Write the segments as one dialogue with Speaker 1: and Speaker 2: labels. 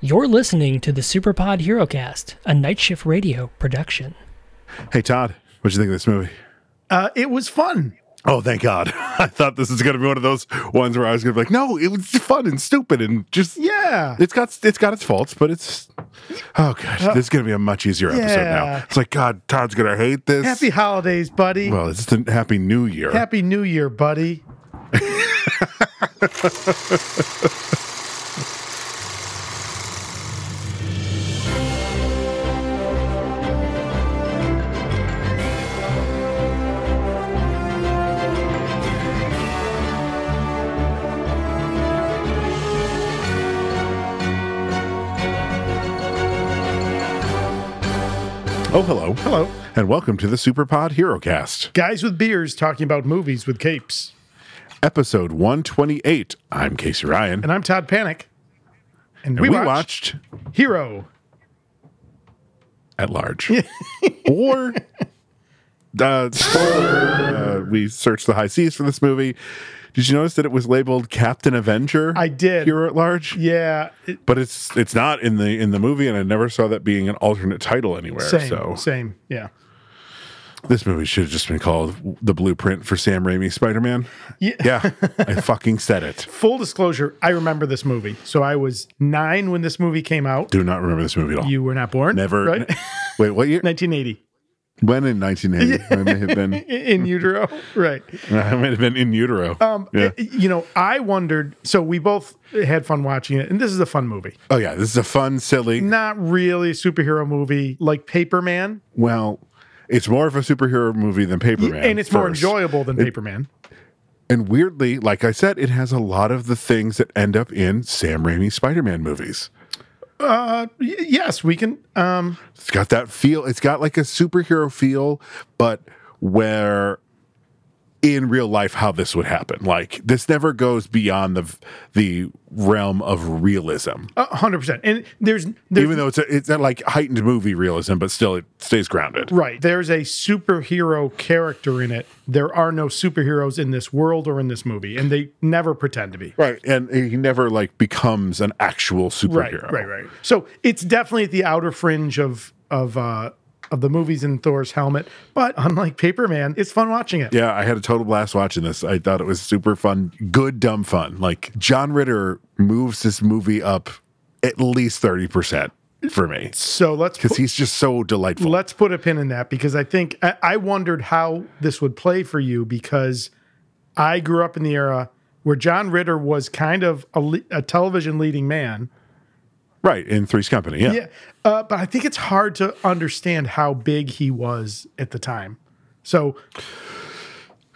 Speaker 1: You're listening to the Superpod HeroCast, a night shift radio production.
Speaker 2: Hey Todd, what'd you think of this movie?
Speaker 3: Uh, it was fun.
Speaker 2: Oh, thank God. I thought this was going to be one of those ones where I was going to be like, no, it was fun and stupid and just
Speaker 3: Yeah.
Speaker 2: It's got it's got its faults, but it's oh god, this is going to be a much easier episode
Speaker 3: Yeah.
Speaker 2: now. It's like God, Todd's going to hate this.
Speaker 3: Happy holidays, buddy.
Speaker 2: well, uh, it's the Happy New Year.
Speaker 3: Happy New Year, buddy.
Speaker 2: oh, hello,
Speaker 3: Hello.
Speaker 2: and welcome to the Superpod HeroCast,
Speaker 3: Guys with beers talking about movies with capes.
Speaker 2: episode one twenty eight. I'm Casey Ryan,
Speaker 3: And I'm Todd Panic. And,
Speaker 2: and
Speaker 3: we,
Speaker 2: we,
Speaker 3: watched,
Speaker 2: watched
Speaker 3: Hero.
Speaker 2: at large, or. Uh, spoiler, uh, we searched the high seas for this movie. Did you notice that it was labeled Captain Avenger?
Speaker 3: I did.
Speaker 2: Hero at large.
Speaker 3: Yeah. it-
Speaker 2: but it's it's not in the in the movie and i never saw that being an alternate title anywhere
Speaker 3: same.
Speaker 2: so
Speaker 3: Same. Yeah.
Speaker 2: this movie should have just been called the blueprint for sam raimi spider-man
Speaker 3: Yeah.
Speaker 2: yeah i fucking said it
Speaker 3: Full disclosure, I remember this movie. So I was nine when this movie came out.
Speaker 2: do not remember this movie at all
Speaker 3: You were not born.
Speaker 2: never
Speaker 3: Right?
Speaker 2: wait what year
Speaker 3: 1980.
Speaker 2: when in 1980 i may have been
Speaker 3: I- In utero. right.
Speaker 2: i might have been in utero
Speaker 3: Um,
Speaker 2: Yeah.
Speaker 3: You know, I wondered. So we both had fun watching it. And this is a fun movie.
Speaker 2: oh yeah this is a fun silly
Speaker 3: Not really a superhero movie like Paperman.
Speaker 2: well it's more of a superhero movie than Paperman,
Speaker 3: and it's more
Speaker 2: first.
Speaker 3: enjoyable than Paperman.
Speaker 2: And weirdly, like I said, it has a lot of the things that end up in Sam Raimi Spider-Man movies.
Speaker 3: Y- yes, we can. Um,
Speaker 2: It's got that feel. It's got like a superhero feel, but where in real life how this would happen. Like this never goes beyond the the realm of realism.
Speaker 3: hundred percent. And there's there's
Speaker 2: Even though it's a, it's not like heightened movie realism, but still it stays grounded.
Speaker 3: right. There's a superhero character in it. There are no superheroes in this world or in this movie, and they never pretend to be.
Speaker 2: Right. And he never like becomes an actual
Speaker 3: Right,
Speaker 2: superhero.
Speaker 3: right, right. So it's definitely at the outer fringe of of uh, of the movies in Thor's helmet. But unlike Paperman, it's fun watching it.
Speaker 2: Yeah, I had a total blast watching this. I thought it was super fun, good dumb fun. Like John Ritter moves this movie up at least 30% for me.
Speaker 3: So let's
Speaker 2: Cuz he's just so delightful.
Speaker 3: Let's put a pin in that because I think I, I wondered how this would play for you because I grew up in the era where John Ritter was kind of a, le- a television leading man.
Speaker 2: Right, in Three's Company. Yeah.
Speaker 3: Yeah. Uh, but I think it's hard to understand how big he was at the time. So,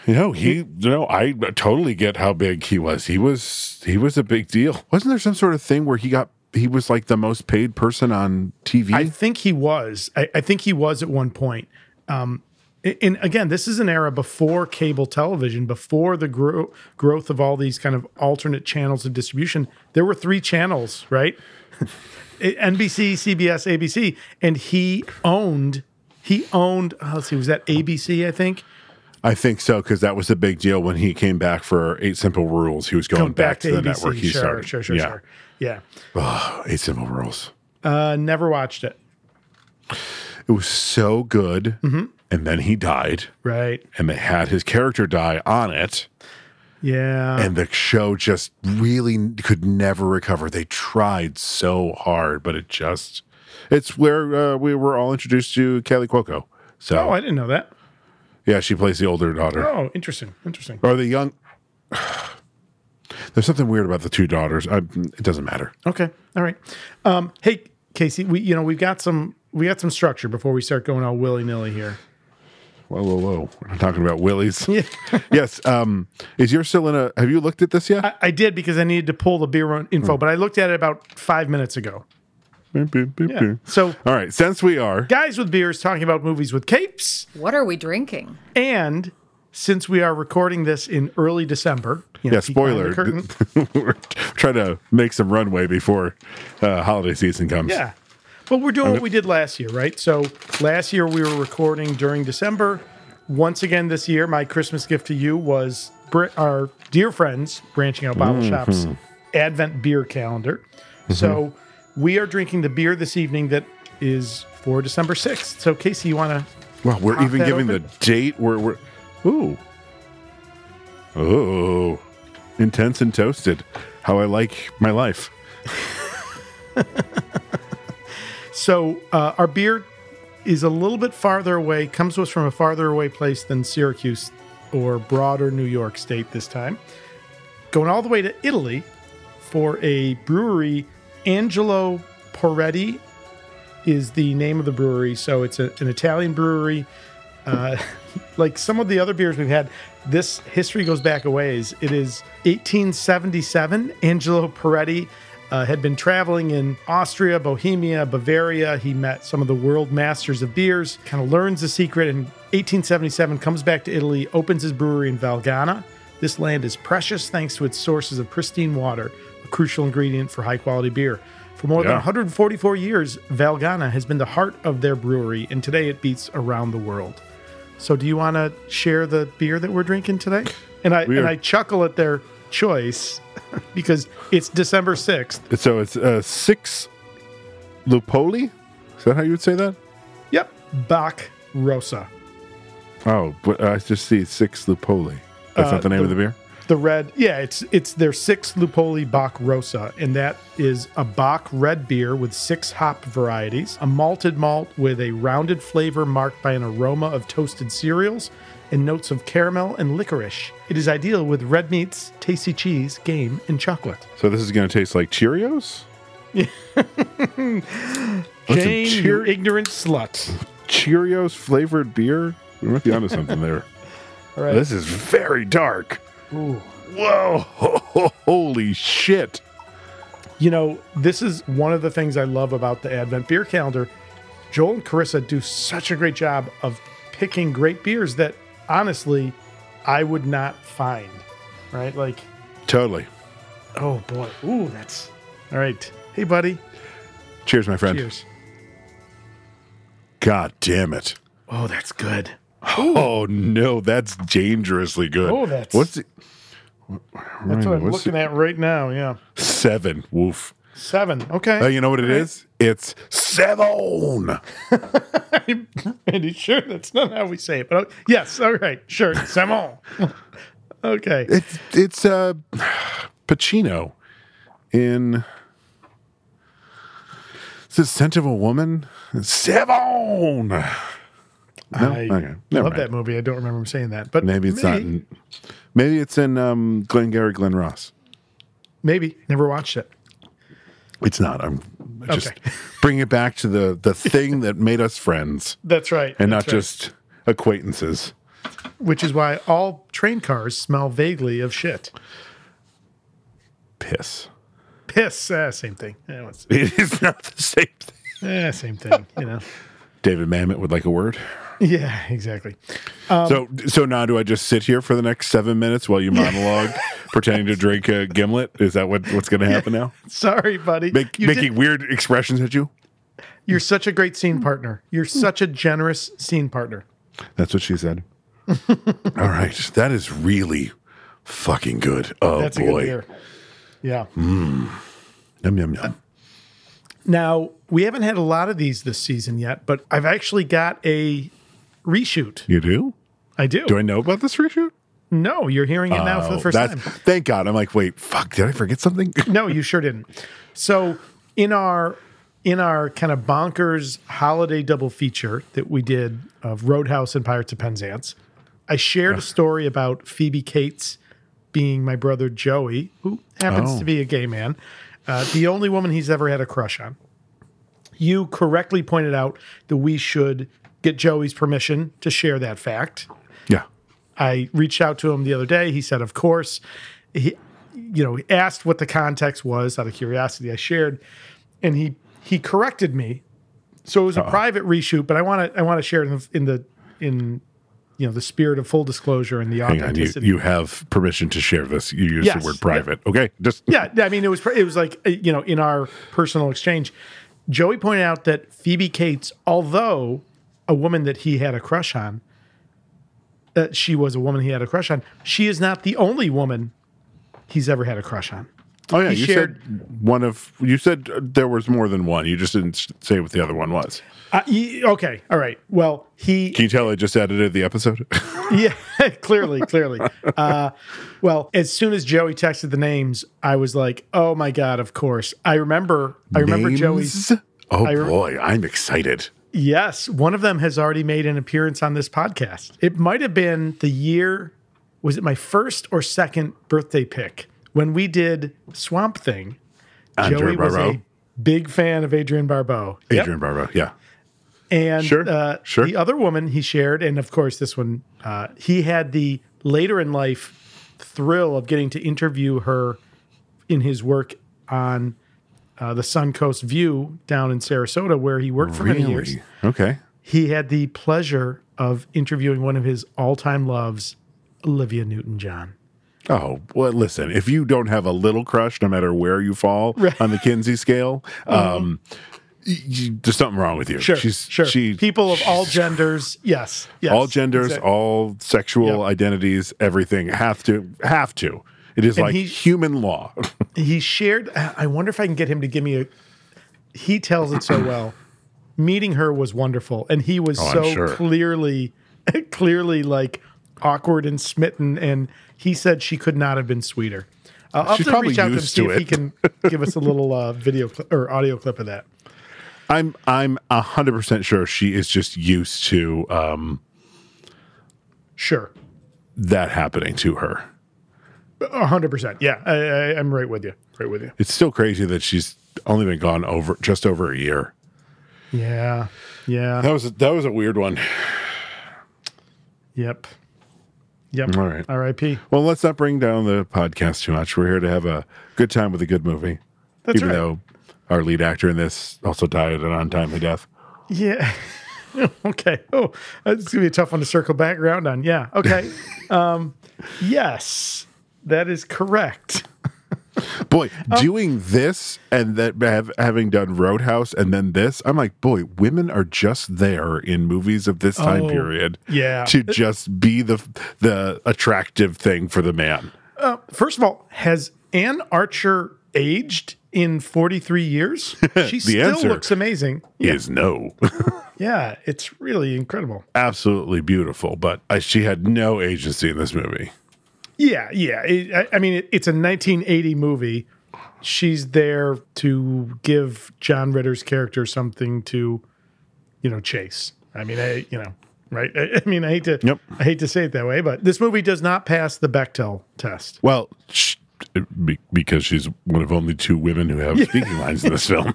Speaker 2: You know, he you know, I totally get how big he was. He was he was a big deal. Wasn't there some sort of thing where he got he was like the most paid person on TV?
Speaker 3: I think he was. I, I think he was at one point. Um, a- and again, this is an era before cable television, before the gro- growth of all these kind of alternate channels of distribution. There were three channels, right? A- NBC, CBS, ABC, and he owned. He owned. Uh, let's see, was that ABC? I think.
Speaker 2: I think so cuz that was the big deal when he came back for 8 Simple Rules. He was going back, to, the network he
Speaker 3: sure,
Speaker 2: started.
Speaker 3: sure, sure,
Speaker 2: yeah.
Speaker 3: sure. Yeah.
Speaker 2: 8 Simple Rules.
Speaker 3: Uh, never watched it.
Speaker 2: It was so good. And then he died
Speaker 3: Right.
Speaker 2: and they had his character die on it.
Speaker 3: Yeah.
Speaker 2: and the show just really could never recover. They tried so hard, but it just it's where uh, we were all introduced to Kelly Cuoco. So
Speaker 3: oh, I didn't know that.
Speaker 2: yeah, she plays the older daughter
Speaker 3: Oh, interesting. Interesting.
Speaker 2: or the young. There's something weird about the two daughters. I, it doesn't matter.
Speaker 3: Okay. All right. Um, hey, Casey, we you know we've got some we got some structure before we start going all willy nilly here.
Speaker 2: Whoa, whoa, whoa! We're not talking about willies. yes. Um, is yours still in a? Have you looked at this yet?
Speaker 3: I, I did because I needed to pull the beer run- info, but I looked at it about five minutes ago.
Speaker 2: Beep, beep, beep, beep.
Speaker 3: So,
Speaker 2: All right. Since we are
Speaker 3: guys with beers talking about movies with capes,
Speaker 4: What are we drinking?
Speaker 3: and since we are recording this in early December, you know,
Speaker 2: yeah,
Speaker 3: peek behind the
Speaker 2: spoiler.
Speaker 3: curtain.
Speaker 2: We're trying to make some runway before uh, holiday season comes.
Speaker 3: Yeah. But we're doing what we did last year, right? So last year we were recording during December. Once again this year, my Christmas gift to you was Br- our dear friends, Branching Out Bottle Shops Advent Beer Calendar. So we are drinking the beer this evening that is for December 6th. So, Casey, you want to.
Speaker 2: Wow, we're
Speaker 3: Pop
Speaker 2: even
Speaker 3: that
Speaker 2: giving
Speaker 3: open.
Speaker 2: the date. We're, we're ooh, oh, intense and toasted. How I like my life.
Speaker 3: So, uh, our beer is a little bit farther away, comes to us from a farther away place than Syracuse or broader New York State this time. Going all the way to Italy for a brewery, Angelo Poretti is the name of the brewery. So, it's a, an Italian brewery. Uh, like some of the other beers we've had, this history goes back a ways. It is 1877. Angelo Peretti uh, had been traveling in Austria, Bohemia, Bavaria. He met some of the world masters of beers, kind of learns the secret, and 1877 comes back to Italy, opens his brewery in Valgana. This land is precious thanks to its sources of pristine water, a crucial ingredient for high quality beer. For more than
Speaker 2: Yeah.
Speaker 3: 144 years, Valgana has been the heart of their brewery, and today it beats around the world. So, do you want to share the beer that we're drinking today? And I and
Speaker 2: are-
Speaker 3: I chuckle at their choice because it's December sixth.
Speaker 2: So it's uh, six Lupoli. Is that how you would say that?
Speaker 3: Yep, Bach Rosa,
Speaker 2: Oh, but I just see six Lupoli. That's not the name of the beer.
Speaker 3: Uh, the red. Yeah, it's it's their sixth Lupoli Bach Rosa, and that is a Bach red beer with six hop varieties, a malted malt with a rounded flavor marked by an aroma of toasted cereals and notes of caramel and licorice. It is ideal with red meats, tasty cheese, game, and chocolate.
Speaker 2: So this is going to taste like Cheerios. Listen,
Speaker 3: Jane,
Speaker 2: Cheer-
Speaker 3: you ignorant slut.
Speaker 2: Cheerios flavored beer. We might be onto something there.
Speaker 3: All right.
Speaker 2: This is very dark.
Speaker 3: Ooh.
Speaker 2: Whoa! Holy shit!
Speaker 3: You know, this is one of the things I love about the Advent beer calendar. Joel and Carissa do such a great job of picking great beers that honestly I would not find. Right? Like,
Speaker 2: Totally.
Speaker 3: oh boy. Ooh, that's all right. Hey, buddy.
Speaker 2: Cheers, my friend.
Speaker 3: Cheers.
Speaker 2: God damn it.
Speaker 3: Oh, that's good.
Speaker 2: Oh no, that's dangerously good.
Speaker 3: Oh, that's-
Speaker 2: what's it?
Speaker 3: That's what I'm
Speaker 2: what's
Speaker 3: looking at right now. Yeah.
Speaker 2: it? Seven. Woof.
Speaker 3: Seven.
Speaker 2: Oh,
Speaker 3: Okay.
Speaker 2: you know what it is? It's seven.
Speaker 3: Andy, sure. That's not how we say it. But oh, yes. All right. Sure. Samon. okay.
Speaker 2: It's it's uh, Pacino in. It's the scent of a woman. Seven. No?
Speaker 3: I
Speaker 2: Okay. Never
Speaker 3: love
Speaker 2: mind.
Speaker 3: that movie. I don't remember him saying that, but
Speaker 2: Maybe it's not.
Speaker 3: may-
Speaker 2: In, maybe it's in um, Glengarry Glen Ross.
Speaker 3: Maybe never watched it.
Speaker 2: It's not. I'm I just
Speaker 3: Okay.
Speaker 2: bring it back to the the thing that made us friends
Speaker 3: That's right,
Speaker 2: and
Speaker 3: that's
Speaker 2: not
Speaker 3: right.
Speaker 2: just acquaintances.
Speaker 3: which is why all train cars smell vaguely of shit.
Speaker 2: Piss.
Speaker 3: Piss, ah, same thing. Yeah, it's-
Speaker 2: It is not the same thing.
Speaker 3: ah, same thing. You know.
Speaker 2: David Mamet would like a word.
Speaker 3: Yeah, exactly.
Speaker 2: so
Speaker 3: Um,
Speaker 2: so now do I just sit here for the next seven minutes while you monologue, pretending to drink a gimlet? Is that what, what's going to happen now?
Speaker 3: Sorry, buddy.
Speaker 2: Make,
Speaker 3: you
Speaker 2: making
Speaker 3: did-
Speaker 2: weird expressions at you.
Speaker 3: you're such a great scene partner. You're such a generous scene partner.
Speaker 2: That's what she said. All right, that is really fucking good. Oh
Speaker 3: That's
Speaker 2: boy,
Speaker 3: a good beer. Yeah.
Speaker 2: yum yum yum.
Speaker 3: Now we haven't had a lot of these this season yet, but I've actually got a reshoot.
Speaker 2: You do?
Speaker 3: I do.
Speaker 2: Do I know about this reshoot?
Speaker 3: no, you're hearing it now for
Speaker 2: Oh,
Speaker 3: the first
Speaker 2: that's-
Speaker 3: time.
Speaker 2: Thank God. I'm like, wait, fuck, did I forget something?
Speaker 3: No, you sure didn't. So in our in our kind of bonkers holiday double feature that we did of Roadhouse and Pirates of Penzance, I shared a story about Phoebe Cates being my brother Joey, who happens
Speaker 2: Oh.
Speaker 3: to be a gay man, uh, the only woman he's ever had a crush on. You correctly pointed out that we should get Joey's permission to share that fact.
Speaker 2: yeah.
Speaker 3: I reached out to him the other day. He said, "Of course." He, you know, asked what the context was out of curiosity. I shared, and he he corrected me. So it was a private reshoot, but I want to I want to share it in the, in the in you know the spirit of full disclosure and the
Speaker 2: Hang on. You,
Speaker 3: authenticity.
Speaker 2: you have permission to share this. You use
Speaker 3: Yes,
Speaker 2: the
Speaker 3: yeah.
Speaker 2: word private. Okay. Just
Speaker 3: yeah, I mean, it was it was like uh, you know in our personal exchange, Joey pointed out that Phoebe Cates, although a woman that he had a crush on, uh, she was a woman he had a crush on. She is not the only woman he's ever had a crush on.
Speaker 2: Oh yeah,
Speaker 3: He
Speaker 2: you
Speaker 3: shared-
Speaker 2: said one of you said there was more than one. You just didn't s- say what the other one was.
Speaker 3: Uh, y- okay, all right. Well, he
Speaker 2: Can you tell I just edited the episode?
Speaker 3: yeah, clearly, clearly. Uh, well, as soon as Joey texted the names, I was like, "Oh my god, of course." I remember. I remember
Speaker 2: Names?
Speaker 3: Joey's.
Speaker 2: Oh
Speaker 3: re-
Speaker 2: boy, I'm excited.
Speaker 3: Yes, one of them has already made an appearance on this podcast. It might have been the year. Was it my first or second birthday pick when we did Swamp Thing? Joey
Speaker 2: Adrian
Speaker 3: was
Speaker 2: Barbeau.
Speaker 3: a big fan of Adrian Barbeau. Yep.
Speaker 2: Adrian Barbeau. Yeah.
Speaker 3: And
Speaker 2: Sure,
Speaker 3: uh,
Speaker 2: sure.
Speaker 3: the other woman he shared, and of course this one, uh, he had the later in life thrill of getting to interview her in his work on uh, the Suncoast View down in Sarasota, where he worked for many years.
Speaker 2: Really? Okay.
Speaker 3: He had the pleasure of interviewing one of his all-time loves, Olivia Newton-John.
Speaker 2: Oh well, listen. If you don't have a little crush, no matter where you fall on the Kinsey scale, um, y y- there's something wrong with you.
Speaker 3: Uh-huh. Sure,
Speaker 2: she's
Speaker 3: sure.
Speaker 2: she
Speaker 3: People of all genders, yes, yes,
Speaker 2: all genders,
Speaker 3: exactly.
Speaker 2: all sexual
Speaker 3: Yep.
Speaker 2: identities, everything have to have to. It is like
Speaker 3: he-
Speaker 2: human law.
Speaker 3: he shared i wonder if i can get him to give me a he tells it so well meeting her was wonderful and he was
Speaker 2: Oh, I'm
Speaker 3: so
Speaker 2: sure.
Speaker 3: clearly clearly like awkward and smitten and he said she could not have been sweeter uh, i'll
Speaker 2: She's
Speaker 3: have to reach
Speaker 2: probably
Speaker 3: out to him
Speaker 2: used
Speaker 3: see
Speaker 2: to
Speaker 3: if he
Speaker 2: it.
Speaker 3: can give us a little uh, video clip or audio clip of that
Speaker 2: I'm I'm hundred percent sure she is just used to um,
Speaker 3: sure
Speaker 2: that happening to her.
Speaker 3: 100% yeah I, I, i'm right with you right with you
Speaker 2: It's still crazy that she's only been gone over just over a year.
Speaker 3: yeah yeah
Speaker 2: That was a, that was a weird one.
Speaker 3: yep yep
Speaker 2: All right.
Speaker 3: rip
Speaker 2: Well, let's not bring down the podcast too much. We're here to have a good time with a good movie.
Speaker 3: That's
Speaker 2: even
Speaker 3: right.
Speaker 2: though our lead actor in this also died an untimely death.
Speaker 3: Yeah. okay. Oh, that's gonna be a tough one to circle back around on. Yeah. Okay. um, yes, that is correct.
Speaker 2: Boy,
Speaker 3: Uh,
Speaker 2: doing this and that have, having done Roadhouse and then this, I'm like, boy, women are just there in movies of this time
Speaker 3: Oh,
Speaker 2: period.
Speaker 3: yeah.
Speaker 2: to just be the the attractive thing for the man.
Speaker 3: First of all, has Anne Archer aged in 43 years? She still
Speaker 2: answer
Speaker 3: looks amazing. Yeah.
Speaker 2: Is no,
Speaker 3: yeah, it's really incredible.
Speaker 2: absolutely beautiful, but I, she had no agency in this movie.
Speaker 3: Yeah, yeah. It, I, I mean, it, it's a 1980 movie. She's there to give John Ritter's character something to, you know, chase. I mean, I, you know, right? I, I mean, I hate to,
Speaker 2: Yep.
Speaker 3: I hate to say it that way, but this movie does not pass the Bechtel test.
Speaker 2: Well, sh- be- because she's one of only two women who have speaking lines in this film.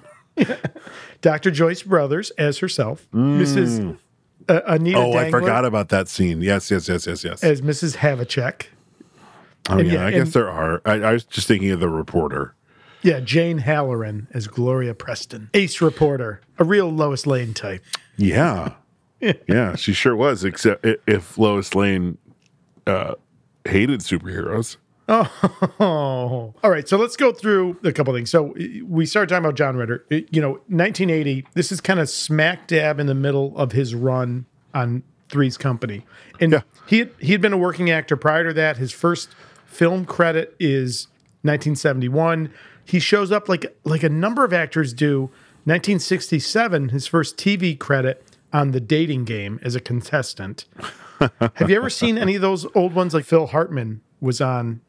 Speaker 3: Dr. Joyce Brothers as herself, Mrs. Uh, Anita
Speaker 2: Mm. Oh, I
Speaker 3: Dangler
Speaker 2: forgot about that scene. Yes, yes, yes, yes, yes.
Speaker 3: as Mrs. Havacek.
Speaker 2: oh, yeah,
Speaker 3: and yeah,
Speaker 2: I guess
Speaker 3: and-
Speaker 2: there are. I, I was just thinking of the reporter.
Speaker 3: Yeah, Jane Halloran as Gloria Preston, ace reporter, a real Lois Lane type.
Speaker 2: Yeah. yeah, she sure was, except i- if Lois Lane uh, hated superheroes.
Speaker 3: Oh, all right. So let's go through a couple things. So i- we started talking about John Ritter. I- You know, 1980. This is kind of smack dab in the middle of his run on Three's Company, and
Speaker 2: Yeah.
Speaker 3: he had, he had been a working actor prior to that. His first film credit is 1971. He shows up like like a number of actors do. 1967, his first TV credit on the Dating Game as a contestant. Have you ever seen any of those old ones? Like Phil Hartman was on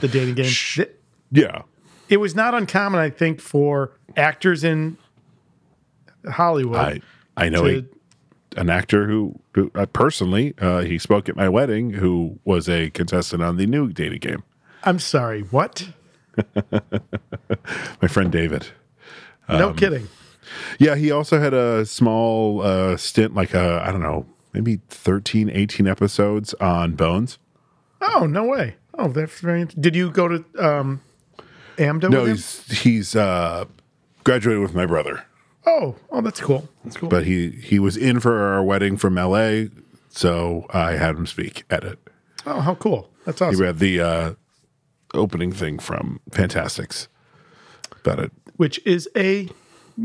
Speaker 3: the dating game. Th-
Speaker 2: Yeah.
Speaker 3: It was not uncommon, I think, for actors in Hollywood.
Speaker 2: I I know
Speaker 3: to-
Speaker 2: a, an actor who, who uh, personally uh, he spoke at my wedding who was a contestant on the new dating game.
Speaker 3: I'm sorry, what?
Speaker 2: My friend David.
Speaker 3: No
Speaker 2: Um,
Speaker 3: kidding.
Speaker 2: Yeah, he also had a small uh, stint, like I I don't know, maybe 13, 18 episodes on Bones.
Speaker 3: Oh no way. Oh, that's very. int- Did you go to um, Amdo?
Speaker 2: No,
Speaker 3: with him?
Speaker 2: he's he's uh, graduated with my brother,
Speaker 3: Oh, oh, that's cool. That's cool.
Speaker 2: but he he was in for our wedding from L.A., so I had him speak at it.
Speaker 3: oh, how cool. That's
Speaker 2: He
Speaker 3: awesome.
Speaker 2: read the uh, opening thing from Fantastics about it.
Speaker 3: Which is a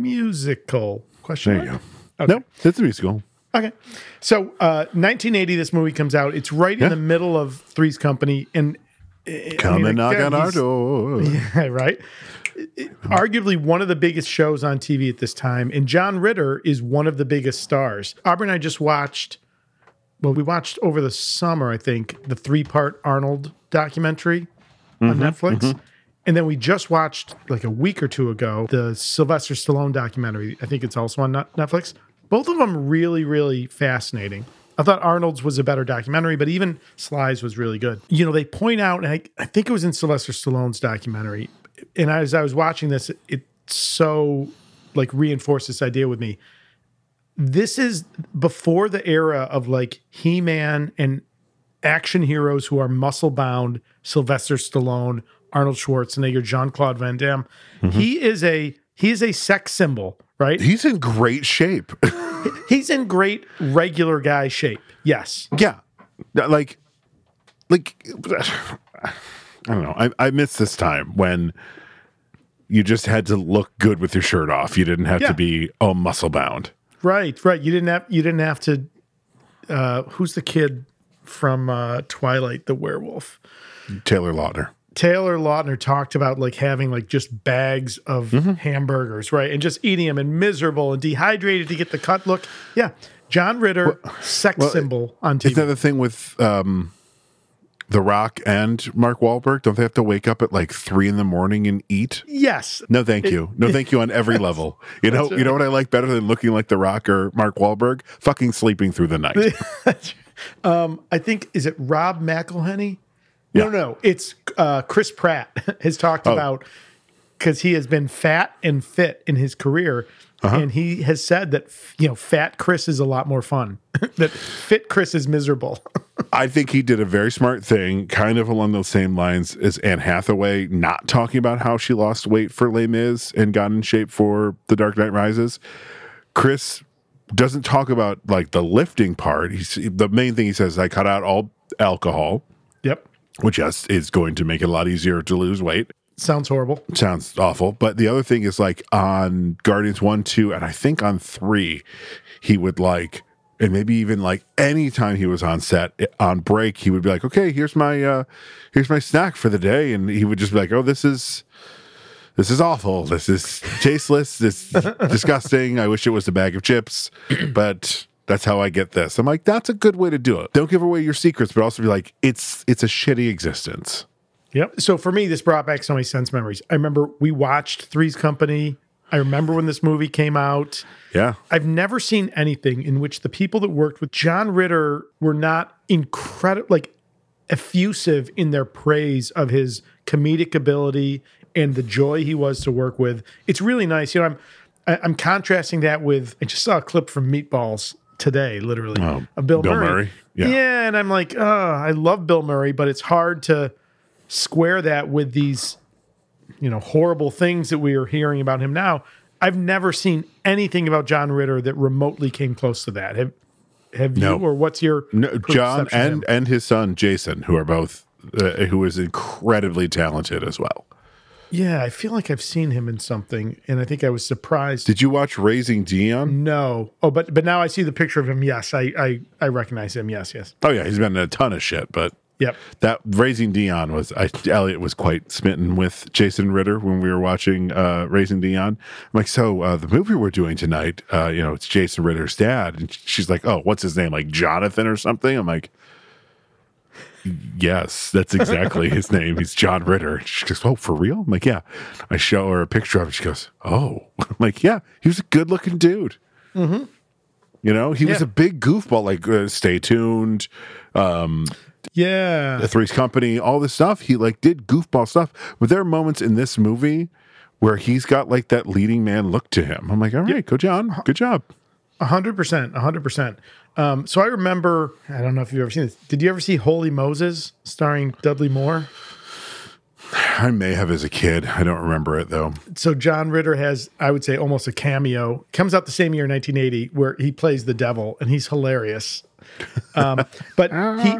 Speaker 3: musical question.
Speaker 2: There you
Speaker 3: mark?
Speaker 2: go. No, it's a musical.
Speaker 3: Okay. So, uh, 1980, this movie comes out. It's right in the middle of Three's Company, and I- I
Speaker 2: Come
Speaker 3: mean,
Speaker 2: and knock
Speaker 3: again,
Speaker 2: on our
Speaker 3: he's-
Speaker 2: door.
Speaker 3: Yeah, right. Arguably one of the biggest shows on TV at this time, and John Ritter is one of the biggest stars. Aubrey and I just watched. Well, we watched over the summer, I think, the three-part Arnold documentary on Netflix, and then we just watched like a week or two ago the Sylvester Stallone documentary. I think it's also on Net- Netflix. Both of them really, really fascinating. I thought Arnold's was a better documentary, but even Sly's was really good. You know, they point out, and I, I think it was in Sylvester Stallone's documentary. And as I was watching this, it, it so like reinforced this idea with me. This is before the era of like He Man and action heroes who are muscle bound Sylvester Stallone, Arnold Schwarzenegger, Jean Claude Van Damme. He is a he is a sex symbol, right?
Speaker 2: He's in great shape.
Speaker 3: He's in great regular guy shape. Yes.
Speaker 2: yeah. Like, like, I don't know. I, I miss this time when you just had to look good with your shirt off. You didn't have
Speaker 3: Yeah.
Speaker 2: to be all muscle bound.
Speaker 3: Right, right. You didn't have you didn't have to uh who's the kid from uh Twilight the werewolf?
Speaker 2: Taylor Lautner.
Speaker 3: Taylor Lautner talked about like having like just bags of
Speaker 2: Mm-hmm.
Speaker 3: hamburgers, right? And just eating them and miserable and dehydrated to get the cut look. Yeah. John Ritter, sex symbol on TV.
Speaker 2: Isn't that the thing with um, The Rock and Mark Wahlberg? Don't they have to wake up at like three in the morning and eat?
Speaker 3: yes.
Speaker 2: No, thank you. No, thank you on every level. You know, you know what I like better than looking like The Rock or Mark Wahlberg? Fucking sleeping through the night.
Speaker 3: um, I think is it Rob McElhenney? No,
Speaker 2: Yeah. Oh.
Speaker 3: no, no, it's uh, Chris Pratt has talked about because he has been fat and fit in his career,
Speaker 2: Uh-huh.
Speaker 3: and he has said that you know fat Chris is a lot more fun. that fit Chris is miserable.
Speaker 2: I think he did a very smart thing, kind of along those same lines as Anne Hathaway, not talking about how she lost weight for Les Mis and got in shape for The Dark Knight Rises. Chris doesn't talk about like the lifting part. He's the main thing he says, I cut out all alcohol,
Speaker 3: yep,
Speaker 2: which yes, is going to make it a lot easier to lose weight.
Speaker 3: sounds horrible.
Speaker 2: Sounds awful. But the other thing is like on Guardians 1, 2, and I think on 3, he would like, and maybe even like anytime he was on set eh, on break, he would be like, okay, here's my, uh, here's my snack for the day. And he would just be like, oh, this is, this is awful. This is tasteless. This is disgusting. I wish it was a bag of chips, but that's how I get this. I'm like, that's a good way to do it. Don't give away your secrets, but also be like, it's, it's a shitty existence.
Speaker 3: Yep. So for me, this brought back so many sense memories. I remember we watched Three's Company. I remember when this movie came out.
Speaker 2: Yeah.
Speaker 3: I've never seen anything in which the people that worked with John Ritter were not incredible, like effusive in their praise of his comedic ability and the joy he was to work with. It's really nice. You know, I'm I- I'm contrasting that with I just saw a clip from Meatballs today, literally of Bill,
Speaker 2: Oh, Bill
Speaker 3: Murray.
Speaker 2: Murray,
Speaker 3: Yeah.
Speaker 2: yeah.
Speaker 3: and I'm like, oh, I love Bill Murray, but it's hard to square that with these you know horrible things that we are hearing about him now. I've never seen anything about John Ritter that remotely came close to that. Have, have
Speaker 2: No.
Speaker 3: you, or what's your
Speaker 2: No, John
Speaker 3: perception of him?
Speaker 2: and and his son Jason, who are both uh, who is incredibly talented as well.
Speaker 3: yeah? I feel like I've seen him in something, and I think I was surprised.
Speaker 2: Did you watch Raising Dion?
Speaker 3: no, oh, but but now I see the picture of him. Yes, I I, I recognize him. Yes, yes,
Speaker 2: Oh yeah, he's been in a ton of shit, but
Speaker 3: yep.
Speaker 2: that Raising Dion was I, Elliot was quite smitten with Jason Ritter when we were watching uh, Raising Dion. I'm like, so uh, the movie we're doing tonight, uh, you know, it's Jason Ritter's dad, and she's like, oh, what's his name, like Jonathan or something. I'm like. Yes, that's exactly his name. He's John Ritter. She goes, Oh, for real? I'm like, Yeah. I show her a picture of him. She goes, Oh, I'm like, Yeah, he was a good looking dude. You know, he was
Speaker 3: Yeah.
Speaker 2: a big goofball, like, uh, Stay Tuned,
Speaker 3: Yeah,
Speaker 2: the Three's Company, all this stuff. He like did goofball stuff, but there are moments in this movie where he's got like that leading man look to him. I'm like, all right, go John, good job.
Speaker 3: a hundred percent, a hundred percent. Um, so I remember. I don't know if you've ever seen this. Did you ever see Holy Moses starring Dudley Moore?
Speaker 2: I may have as a kid. I don't remember it though.
Speaker 3: so John Ritter has, I would say, almost a cameo. Comes out the same year, 1980, where he plays the devil, and he's hilarious. Um, but he,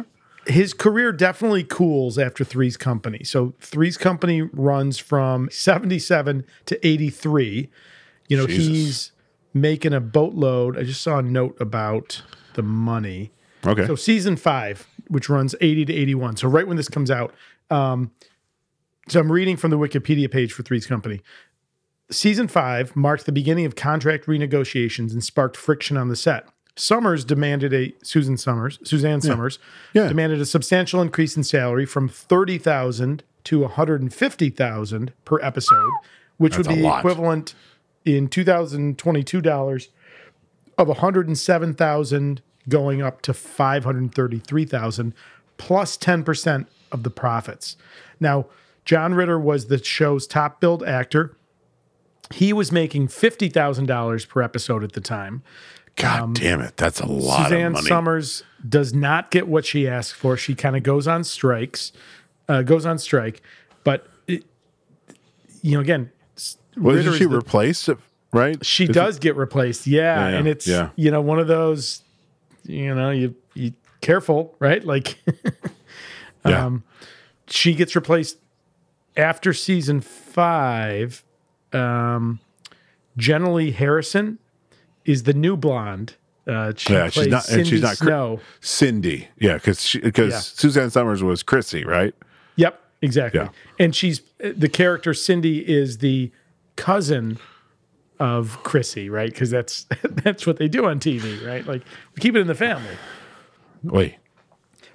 Speaker 3: his career definitely cools after Three's Company. So Three's Company runs from 77 to 83. You know,
Speaker 2: Jesus.
Speaker 3: he's making a boatload. I just saw a note about the money.
Speaker 2: Okay.
Speaker 3: So season five, which runs 80 to 81. So right when this comes out, Um, so I'm reading from the Wikipedia page for Three's Company. Season five marked the beginning of contract renegotiations and sparked friction on the set. Summers demanded a Susan Summers, Suzanne Summers,
Speaker 2: Yeah.
Speaker 3: demanded a substantial increase in salary from thirty thousand to one hundred and fifty thousand per episode, which
Speaker 2: That's
Speaker 3: would
Speaker 2: a
Speaker 3: be
Speaker 2: lot.
Speaker 3: equivalent in two thousand twenty-two dollars of 107,000 going up to 533,000 plus 10% of the profits. Now, John Ritter was the show's top billed actor. He was making $50,000 per episode at the time.
Speaker 2: God damn it, that's a lot of
Speaker 3: um, Suzanne
Speaker 2: money.
Speaker 3: Summers does not get what she asked for. She kind of goes on strikes, uh, goes on strike, but it, you know, again, s-
Speaker 2: Wasn't
Speaker 3: Ritter is
Speaker 2: she
Speaker 3: the-
Speaker 2: replaced? Right?
Speaker 3: she
Speaker 2: Is
Speaker 3: does get replaced, yeah,
Speaker 2: Yeah,
Speaker 3: and it's
Speaker 2: yeah.
Speaker 3: you know one of those, you know, you you careful, right? Like
Speaker 2: it- Yeah.
Speaker 3: um, she gets replaced after season five. Um, Generally Harrison is the new blonde. Uh, she
Speaker 2: Yeah,
Speaker 3: yeah,
Speaker 2: she's
Speaker 3: plays
Speaker 2: not- and she's
Speaker 3: Cindy
Speaker 2: not cr-
Speaker 3: Snow.
Speaker 2: Cindy. Yeah, because because
Speaker 3: Yeah.
Speaker 2: Suzanne Summers was Chrissy, right?
Speaker 3: Yep, exactly.
Speaker 2: Yeah.
Speaker 3: And she's the character Cindy is the cousin of Chrissy, right? Because that's that's what they do on TV, right? Like we keep it in the family.
Speaker 2: Wait.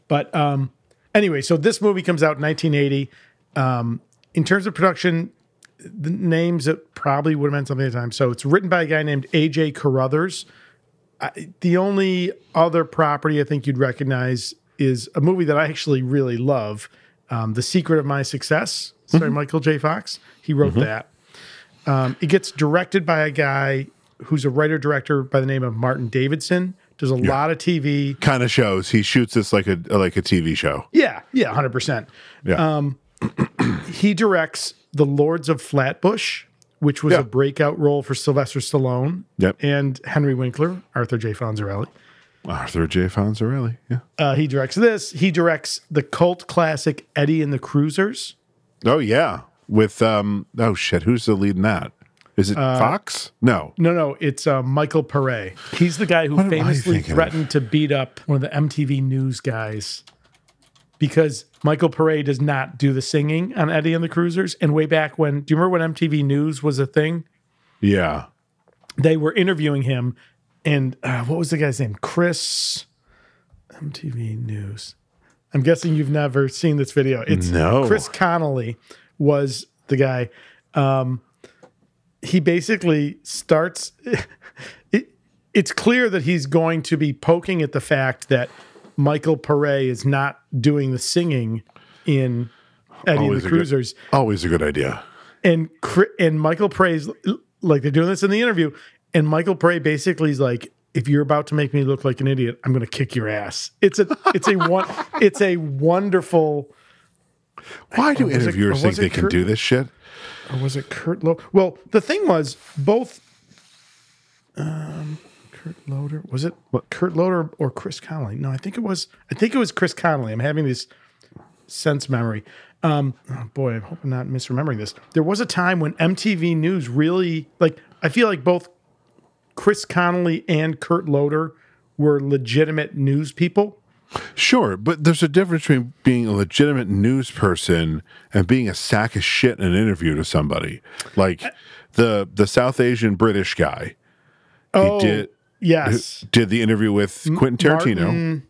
Speaker 3: But um, anyway, so this movie comes out in 1980. Um, in terms of production, the names that probably would have meant something at the time. So it's written by a guy named AJ Carruthers. I, the only other property I think you'd recognize is a movie that I actually really love, um, "The Secret of My Success," starring Michael J. Fox. He wrote that. Um, it gets directed by a guy who's a writer director by the name of Martin Davidson. Does a lot of TV.
Speaker 2: Kind of shows he shoots this like a like a TV show.
Speaker 3: Yeah, yeah, hundred percent.
Speaker 2: Yeah.
Speaker 3: Um, he directs The Lords of Flatbush, which was
Speaker 2: Yeah.
Speaker 3: a breakout role for Sylvester Stallone
Speaker 2: Yep.
Speaker 3: and Henry Winkler, Arthur J. Fonzarelli.
Speaker 2: Arthur J. Fonzarelli. Yeah.
Speaker 3: Uh, he directs this. He directs the cult classic Eddie and the Cruisers.
Speaker 2: Oh yeah. With um oh shit, who's the lead in that? Is it
Speaker 3: Uh,
Speaker 2: Fox? No.
Speaker 3: No, no, it's uh, Michael Pare. He's the guy who
Speaker 2: am I
Speaker 3: famously
Speaker 2: thinking of?
Speaker 3: threatened to beat up one of the MTV News guys because Michael Pare does not do the singing on Eddie and the Cruisers. And way back when, do you remember when MTV News was a thing?
Speaker 2: Yeah.
Speaker 3: they were interviewing him, and uh, what was the guy's name? Chris MTV News. I'm guessing you've never seen this video. It's
Speaker 2: No.
Speaker 3: Chris Connolly was the guy. Um, he basically starts. It, it's clear that he's going to be poking at the fact that Michael Pare is not doing the singing in
Speaker 2: Always
Speaker 3: Eddie and
Speaker 2: a
Speaker 3: the
Speaker 2: Oh, good-
Speaker 3: Cruisers
Speaker 2: Always a good idea.
Speaker 3: and Cri- and Michael Prey's like they're doing this in the interview, and Michael Prey basically is like, "If you're about to make me look like an idiot, I'm going to kick your ass." It's a it's a one it's a wonderful.
Speaker 2: Why do
Speaker 3: it-
Speaker 2: interviewers think
Speaker 3: or Oh, was
Speaker 2: they
Speaker 3: it
Speaker 2: can
Speaker 3: Kurt-
Speaker 2: do this shit?
Speaker 3: Or was it Kurt Loder? Well, the thing was both. Um, Kurt Loder was it Kurt Loder or Chris Connolly? No, I think it was I think it was Chris Connolly. I'm having this sense memory. Um, oh boy, I hope I'm not misremembering this. There was a time when MTV News really like. I feel like both Chris Connolly and Kurt Loder were legitimate news people.
Speaker 2: Sure, but there's a difference between being a legitimate news person and being a sack of shit in an interview to somebody. Like
Speaker 3: Uh,
Speaker 2: the the South Asian British guy.
Speaker 3: Oh,
Speaker 2: did-
Speaker 3: yes.
Speaker 2: Did the interview with Quentin Tarantino.
Speaker 3: Martin-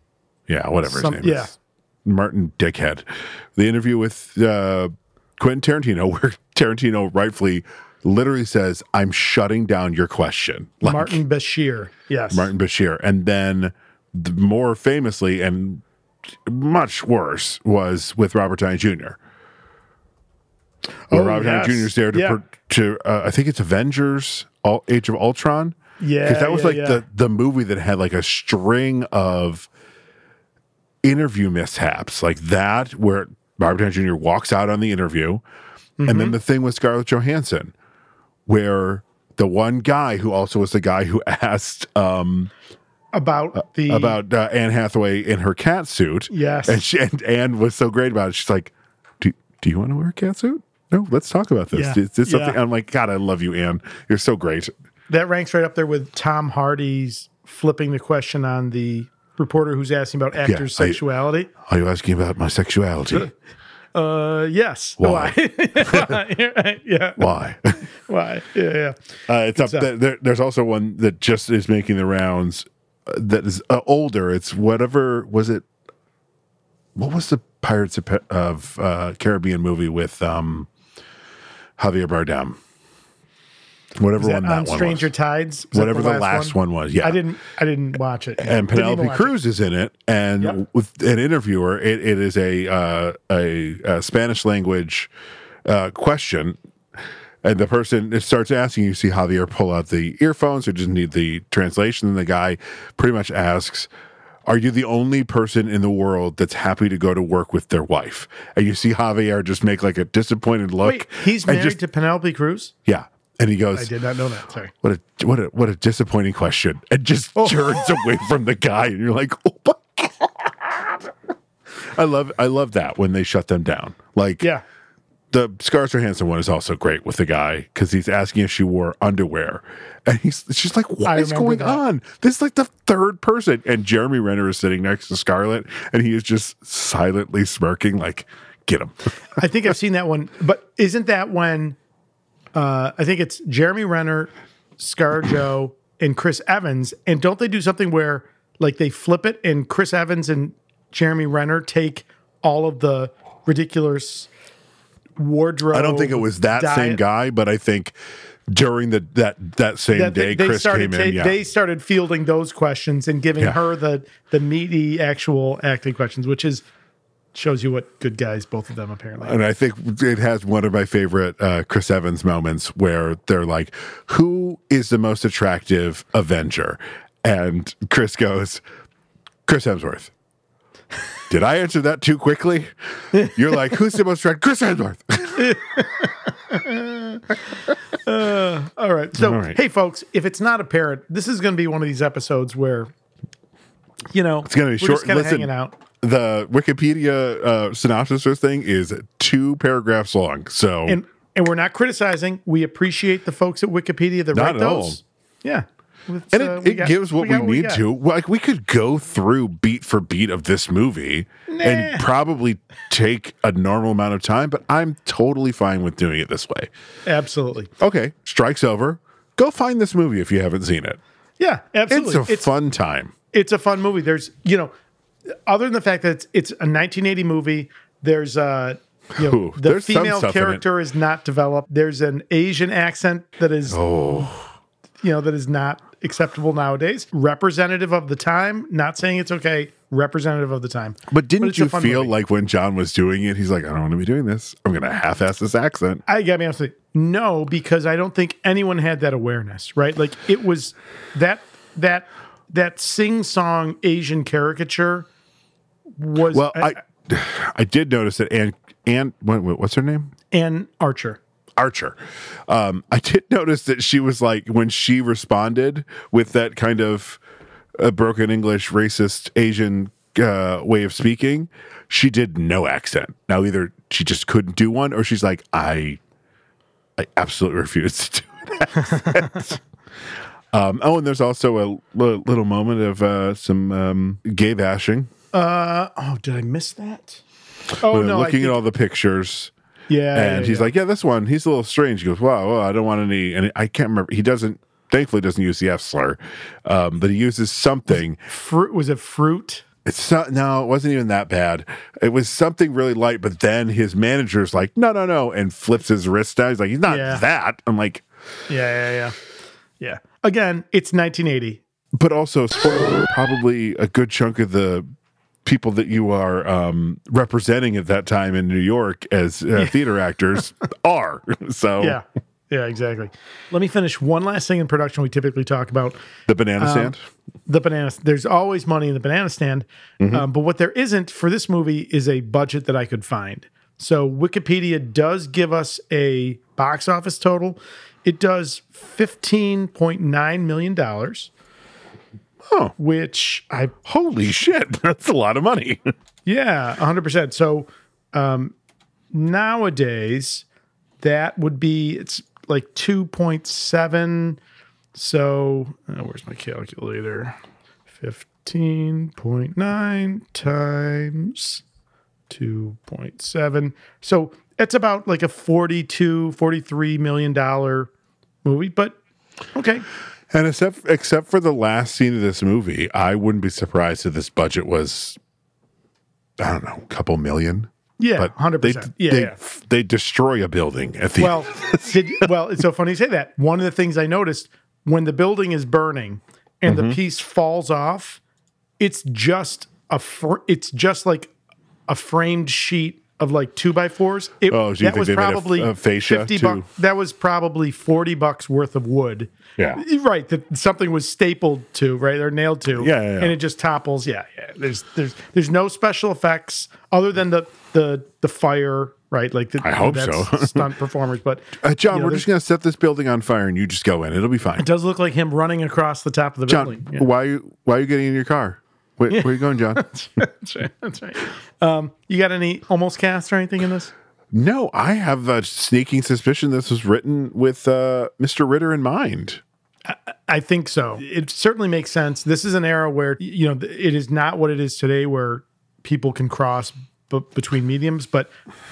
Speaker 2: yeah, whatever
Speaker 3: some-
Speaker 2: his name
Speaker 3: yeah.
Speaker 2: is. Martin Dickhead. The interview with uh, Quentin Tarantino, where Tarantino rightfully literally says, I'm shutting down your question. Like
Speaker 3: Martin Bashir. Yes.
Speaker 2: Martin Bashir. And then the more famously and much worse was with Robert Downey Jr. Where
Speaker 3: Oh,
Speaker 2: Robert Downey
Speaker 3: yes.
Speaker 2: Jr. is there to,
Speaker 3: Yeah.
Speaker 2: pro- to uh, I think it's Avengers, All, Age of Ultron.
Speaker 3: Yeah,
Speaker 2: that was
Speaker 3: yeah,
Speaker 2: like
Speaker 3: yeah.
Speaker 2: the the movie that had like a string of interview mishaps, like that, where Robert Downey Jr. walks out on the interview, and
Speaker 3: Mm-hmm.
Speaker 2: then the thing with Scarlett Johansson, where the one guy who also was the guy who asked um,
Speaker 3: About the
Speaker 2: about uh, Anne Hathaway in her cat suit,
Speaker 3: Yes.
Speaker 2: and she and Anne was so great about it. She's like, "Do do you want to wear a cat suit?" No, let's talk about this.
Speaker 3: Yeah.
Speaker 2: Is this something?
Speaker 3: Yeah.
Speaker 2: I'm like, God, I love you, Anne. You're so great.
Speaker 3: that ranks right up there with Tom Hardy's flipping the question on the reporter who's asking about actors'
Speaker 2: I-
Speaker 3: sexuality.
Speaker 2: Are you asking about my sexuality?
Speaker 3: Uh, yes.
Speaker 2: Why?
Speaker 3: Why? You're right. yeah.
Speaker 2: Why?
Speaker 3: Why? Yeah. Yeah.
Speaker 2: Uh, it's up.
Speaker 3: up.
Speaker 2: there- there, there's also one that just is making the rounds uh, that is uh, older. It's whatever was it? What was the Pirates of, Pa- of uh, Caribbean movie with um, Javier Bardem? Whatever
Speaker 3: That
Speaker 2: one that
Speaker 3: on
Speaker 2: one
Speaker 3: Stranger
Speaker 2: was.
Speaker 3: Tides. Was that
Speaker 2: Whatever the last, one? was. Yeah,
Speaker 3: I didn't. I didn't watch
Speaker 2: and
Speaker 3: it. Didn't even
Speaker 2: Penelope
Speaker 3: watch it.
Speaker 2: Cruz is in it, and
Speaker 3: Yep.
Speaker 2: with an interviewer, it, it is a, uh, a a Spanish language uh, question, and the person it starts asking. You see Javier pull out the earphones, or just need the translation, and the guy pretty much asks. Are you the only person in the world that's happy to go to work with their wife? And you see Javier just make like a disappointed look.
Speaker 3: Wait, he's
Speaker 2: and
Speaker 3: married
Speaker 2: just-
Speaker 3: to Penelope Cruz.
Speaker 2: yeah, and he
Speaker 3: I
Speaker 2: goes,
Speaker 3: did not know that. Sorry.
Speaker 2: what a what a what a disappointing question and just
Speaker 3: Oh.
Speaker 2: turns away from the guy and you're like oh my god i love i love that when they shut them down like
Speaker 3: Yeah.
Speaker 2: the scars are handsome one is also great with the guy because he's asking if she wore underwear and he's she's like what
Speaker 3: I
Speaker 2: is
Speaker 3: remember
Speaker 2: going
Speaker 3: that.
Speaker 2: on this is like the third person and jeremy renner is sitting next to scarlett and he is just silently smirking like get him
Speaker 3: I think I've seen that one. But isn't that when uh, I think it's Jeremy Renner, Scarjo, and Chris Evans? And don't they do something where like they flip it and Chris Evans and Jeremy Renner take all of the ridiculous wardrobe?
Speaker 2: I don't think it was that same guy, but I think during the that that same
Speaker 3: That
Speaker 2: day
Speaker 3: they, they
Speaker 2: Chris
Speaker 3: started
Speaker 2: came in.
Speaker 3: ta-
Speaker 2: yeah.
Speaker 3: they started fielding those questions and giving
Speaker 2: Yeah.
Speaker 3: her the the meaty actual acting questions, which is shows you what good guys both of them apparently. are.
Speaker 2: and I think it has one of my favorite uh, Chris Evans moments where they're like, "Who is the most attractive Avenger?" And Chris goes, "Chris Hemsworth." Did I answer that too quickly? You're like, "Who's the most attractive?" Chris Hemsworth.
Speaker 3: All right. So,
Speaker 2: All right.
Speaker 3: hey, folks, if it's not apparent, this is going to be one of these episodes where, you know, it's
Speaker 2: gonna be
Speaker 3: we're
Speaker 2: short.
Speaker 3: Just kind of
Speaker 2: Listen.
Speaker 3: hanging out.
Speaker 2: the Wikipedia uh, synopsis for this thing is two paragraphs long, so
Speaker 3: And, and we're not criticizing. We appreciate the folks at Wikipedia that write
Speaker 2: at all.
Speaker 3: those. Yeah. It's,
Speaker 2: and
Speaker 3: uh,
Speaker 2: it,
Speaker 3: we
Speaker 2: it
Speaker 3: got-
Speaker 2: gives what we,
Speaker 3: got
Speaker 2: need
Speaker 3: got.
Speaker 2: to. Like we could go through beat for beat of this movie and probably take a normal amount of time, but I'm totally fine with doing it this way.
Speaker 3: Absolutely.
Speaker 2: Okay, strikes over. Go find this movie if you haven't seen it.
Speaker 3: Yeah, absolutely.
Speaker 2: It's a fun time.
Speaker 3: it's a fun movie. There's you know, other than the fact that it's, it's a 1980 movie, there's uh you know,
Speaker 2: Ooh,
Speaker 3: the
Speaker 2: there's some
Speaker 3: female
Speaker 2: stuff in it.
Speaker 3: character is not developed. There's an Asian accent that is
Speaker 2: Oh.
Speaker 3: you know that is not acceptable nowadays. Representative of the time. Not saying it's okay. Representative of the time.
Speaker 2: But didn't
Speaker 3: it's a
Speaker 2: you
Speaker 3: fun
Speaker 2: feel
Speaker 3: movie.
Speaker 2: like when John was doing it, he's like, I don't want to be doing this. I'm going to half-ass this accent.
Speaker 3: I gotta be honest with you. No, because I don't think anyone had that awareness, right? Like it was that that that sing song Asian caricature was
Speaker 2: Well, I, I, did notice that. And and what, what's her name?
Speaker 3: an Archer.
Speaker 2: Archer. Um, I did notice that she was like when she responded with that kind of uh, broken English, racist Asian uh, way of speaking. She did no accent. Now either she just couldn't do one, or she's like, I, I absolutely refuse to do an accent. um, oh, and there's also a li- little moment of uh, some um, gay bashing.
Speaker 3: Oh, did I miss that? Oh
Speaker 2: When
Speaker 3: no! I
Speaker 2: looking
Speaker 3: did-
Speaker 2: at all the pictures.
Speaker 3: yeah,
Speaker 2: and
Speaker 3: yeah,
Speaker 2: he's
Speaker 3: yeah.
Speaker 2: like, "Yeah, this one. He's a little strange." He goes, "Wow, well, I don't want any." And I can't remember. He doesn't. Thankfully, doesn't use the F slur, um, but he uses something.
Speaker 3: fruit was it fruit?
Speaker 2: It's not. No, it wasn't even that bad. It was something really light. But then his manager's like, "No, no, no," and flips his wrist down. He's like, "He's not
Speaker 3: Yeah.
Speaker 2: that." I'm like,
Speaker 3: Yeah, yeah, yeah, yeah. Again, it's 1980.
Speaker 2: but also spoiler, probably a good chunk of the people that you are um, representing at that time in New York as uh, theater actors are. So
Speaker 3: Yeah, yeah, exactly. Let me finish one last thing in production. We typically talk about
Speaker 2: the
Speaker 3: Um,
Speaker 2: banana stand.
Speaker 3: the banana. There's always money in the banana stand, um, but what there isn't for this movie is a budget that I could find. So Wikipedia does give us a box office total. It does 15.9 million dollars.
Speaker 2: Oh.
Speaker 3: which I
Speaker 2: Holy shit, that's a lot of money.
Speaker 3: Yeah, 100%. So um, nowadays, that would be, it's like 2.7. So uh, where's my calculator? 15.9 times 2.7. So it's about like a 42, 43 million dollar movie, but okay.
Speaker 2: And except except for the last scene of this movie, I wouldn't be surprised if this budget was, I don't know, a couple million.
Speaker 3: Yeah,
Speaker 2: But
Speaker 3: hundred
Speaker 2: they
Speaker 3: percent. Yeah,
Speaker 2: they,
Speaker 3: yeah.
Speaker 2: they destroy a building at the
Speaker 3: Well, did, well, it's so funny you say that. One of the things I noticed when the building is burning and
Speaker 2: Mm-hmm.
Speaker 3: the piece falls off, it's just a fr- it's just like a framed sheet of like two by fours. It,
Speaker 2: Oh, do you think they made a f- a fascia
Speaker 3: bucks.
Speaker 2: too?
Speaker 3: That was probably forty bucks worth of wood.
Speaker 2: Yeah.
Speaker 3: right. That something was stapled to, right, or nailed to.
Speaker 2: Yeah, yeah, yeah.
Speaker 3: and it just topples. Yeah, yeah. There's there's there's no special effects other than the the the fire, right? Like the,
Speaker 2: I hope so.
Speaker 3: stunt performers, but
Speaker 2: Uh, John,
Speaker 3: Yeah,
Speaker 2: we're
Speaker 3: there's-
Speaker 2: just going to set this building on fire and you just go in. It'll be fine.
Speaker 3: it does look like him running across the top of the
Speaker 2: John,
Speaker 3: building. Yeah.
Speaker 2: why are you why are you getting in your car? Wait, Where are you going, John?
Speaker 3: that's right. That's right. Um, you got any almost cast or anything in this?
Speaker 2: no, I have a sneaking suspicion this was written with uh, Mr. Ritter in mind.
Speaker 3: I think so. It certainly makes sense. This is an era where you know th- it is not what it is today, where people can cross b- between mediums. But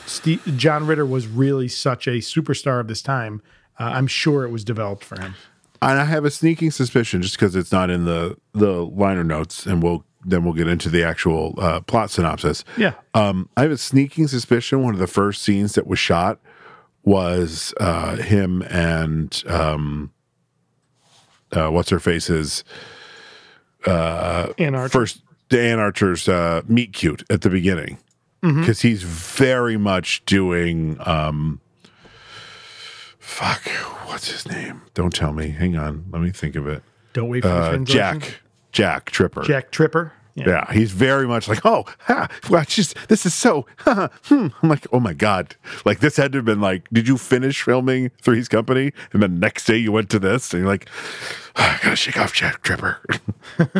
Speaker 3: Ste John Ritter was really such a superstar of this time. Uh, I'm sure it was developed for him.
Speaker 2: And I have a sneaking suspicion just because it's not in the the liner notes, and we'll then we'll get into the actual uh, plot synopsis.
Speaker 3: Yeah.
Speaker 2: Um, I have a sneaking suspicion one of the first scenes that was shot was uh, him and um, uh, what's her face's
Speaker 3: In our
Speaker 2: first Dan Archer's uh, meet cute at the beginning because he's very much doing um, fuck what's his name? Don't tell me. Hang on, let me think of it.
Speaker 3: don't wait for the
Speaker 2: Uh,
Speaker 3: translation.
Speaker 2: Jack Jack Tripper.
Speaker 3: Jack Tripper.
Speaker 2: Yeah, he's very much like, oh, ha, well, just this is so. Ha, hmm. I'm like, oh my god, like this had to have been like, did you finish filming Three's Company, and the next day you went to this, and you're like, "Ah, I gotta shake off Jack Tripper,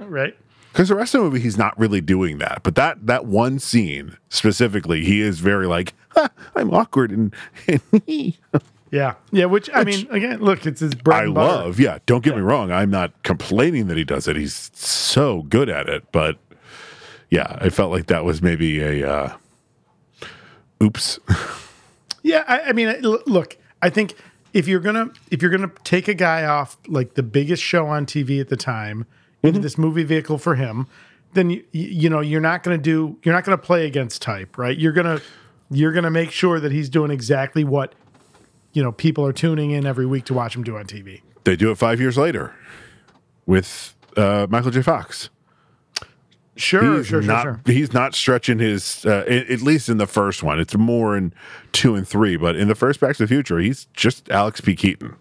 Speaker 3: right.
Speaker 2: because the rest of the movie he's not really doing that, but that that one scene specifically, he is very like, ha, I'm awkward and,
Speaker 3: Yeah, yeah. Which I mean, again, look, it's his bread.
Speaker 2: I
Speaker 3: and butter.
Speaker 2: love. Yeah, don't get me wrong. I'm not complaining that he does it. He's so good at it. But yeah, I felt like that was maybe a uh, oops.
Speaker 3: Yeah, I, I mean, I- l- look, I think if you're gonna if you're gonna take a guy off like the biggest show on TV at the time into this movie vehicle for him, then you, you you know you're not gonna do you're not gonna play against type, right? You're gonna you're gonna make sure that he's doing exactly what you know people are tuning in every week to watch him do on TV.
Speaker 2: they do it five years later with uh, Michael J. Fox.
Speaker 3: Sure,
Speaker 2: he's
Speaker 3: sure,
Speaker 2: not,
Speaker 3: sure, sure.
Speaker 2: He's not stretching his, uh, a- at least in the first one. It's more in two and three, but in the first Back to the Future, he's just Alex P. Keaton,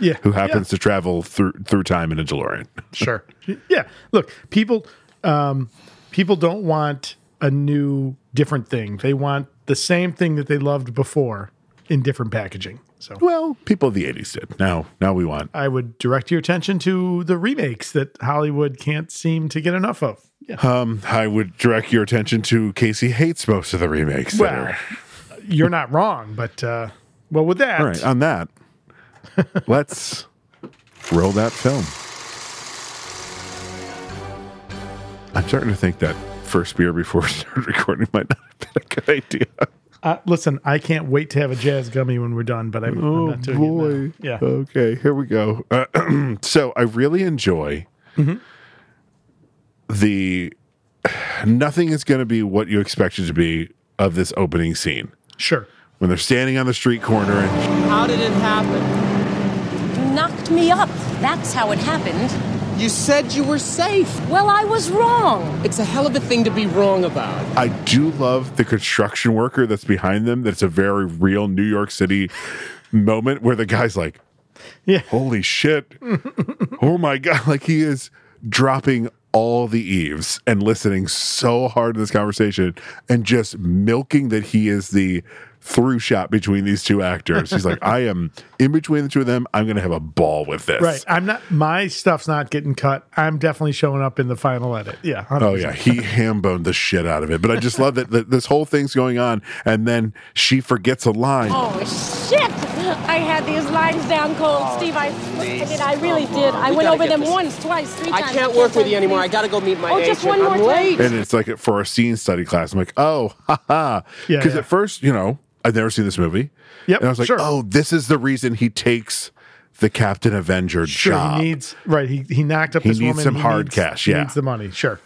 Speaker 3: Yeah,
Speaker 2: who happens to travel through through time in a DeLorean.
Speaker 3: sure yeah look people um people don't want a new different thing they want the same thing that they loved before in different packaging so
Speaker 2: Well, people of the '80s did. Now, now we want
Speaker 3: i would direct your attention to the remakes that hollywood can't seem to get enough of yeah
Speaker 2: Um, I would direct your attention to Casey hates most of the remakes. that
Speaker 3: Well,
Speaker 2: are-
Speaker 3: you're not wrong but uh well with that
Speaker 2: all right. uh, On that, let's roll that film. I'm starting to think that first beer before we started recording might not have been a good idea.
Speaker 3: uh, listen i can't wait to have a jazz gummy when we're done but i'm,
Speaker 2: Oh,
Speaker 3: I'm not doing it now. yeah
Speaker 2: Okay, here we go. Uh, so I really enjoy
Speaker 3: Mm-hmm.
Speaker 2: the nothing is going to be what you expect it to be of this opening scene
Speaker 3: sure
Speaker 2: when they're standing on the street corner and
Speaker 4: How did it happen?
Speaker 5: You knocked me up. That's how it happened.
Speaker 4: You said you were safe.
Speaker 5: Well, I was wrong.
Speaker 4: It's a hell of a thing to be wrong about.
Speaker 2: I do love the construction worker that's behind them. That's a very real New York City moment where the guy's like,
Speaker 3: Yeah.
Speaker 2: holy shit. oh my God. Like he is dropping all the eaves and listening so hard to this conversation and just milking that he is the through shot between these two actors. He's like, I am in between the two of them. I'm going to have a ball with this.
Speaker 3: right i'm not my stuff's not getting cut i'm definitely showing up in the final edit yeah
Speaker 2: Oh yeah, he ham boned the shit out of it. But I just love that, that this whole thing's going on, and then she forgets a line.
Speaker 5: Oh, shit. I had these lines down cold,
Speaker 4: Oh,
Speaker 5: Steve. I, I mean, I really did. I
Speaker 4: We
Speaker 5: went
Speaker 4: gotta
Speaker 5: over
Speaker 4: get
Speaker 5: them
Speaker 4: this.
Speaker 5: once, twice, three
Speaker 4: I
Speaker 5: times.
Speaker 4: can't work with you anymore. I got to go meet my
Speaker 5: Oh,
Speaker 4: agent.
Speaker 5: just one
Speaker 4: I'm
Speaker 5: more time.
Speaker 4: late.
Speaker 2: And it's like for a scene study class. I'm like, oh, ha ha.
Speaker 3: Yeah,
Speaker 2: Because
Speaker 3: yeah.
Speaker 2: at first, you know, I've never seen this movie.
Speaker 3: Yep,
Speaker 2: And I was like,
Speaker 3: sure.
Speaker 2: oh, this is the reason he takes the Captain Avenger
Speaker 3: Sure,
Speaker 2: job.
Speaker 3: he needs right. He he knocked up
Speaker 2: He
Speaker 3: this
Speaker 2: needs
Speaker 3: woman.
Speaker 2: some
Speaker 3: he
Speaker 2: hard
Speaker 3: needs-
Speaker 2: cash,
Speaker 3: he
Speaker 2: yeah.
Speaker 3: needs the money. Sure.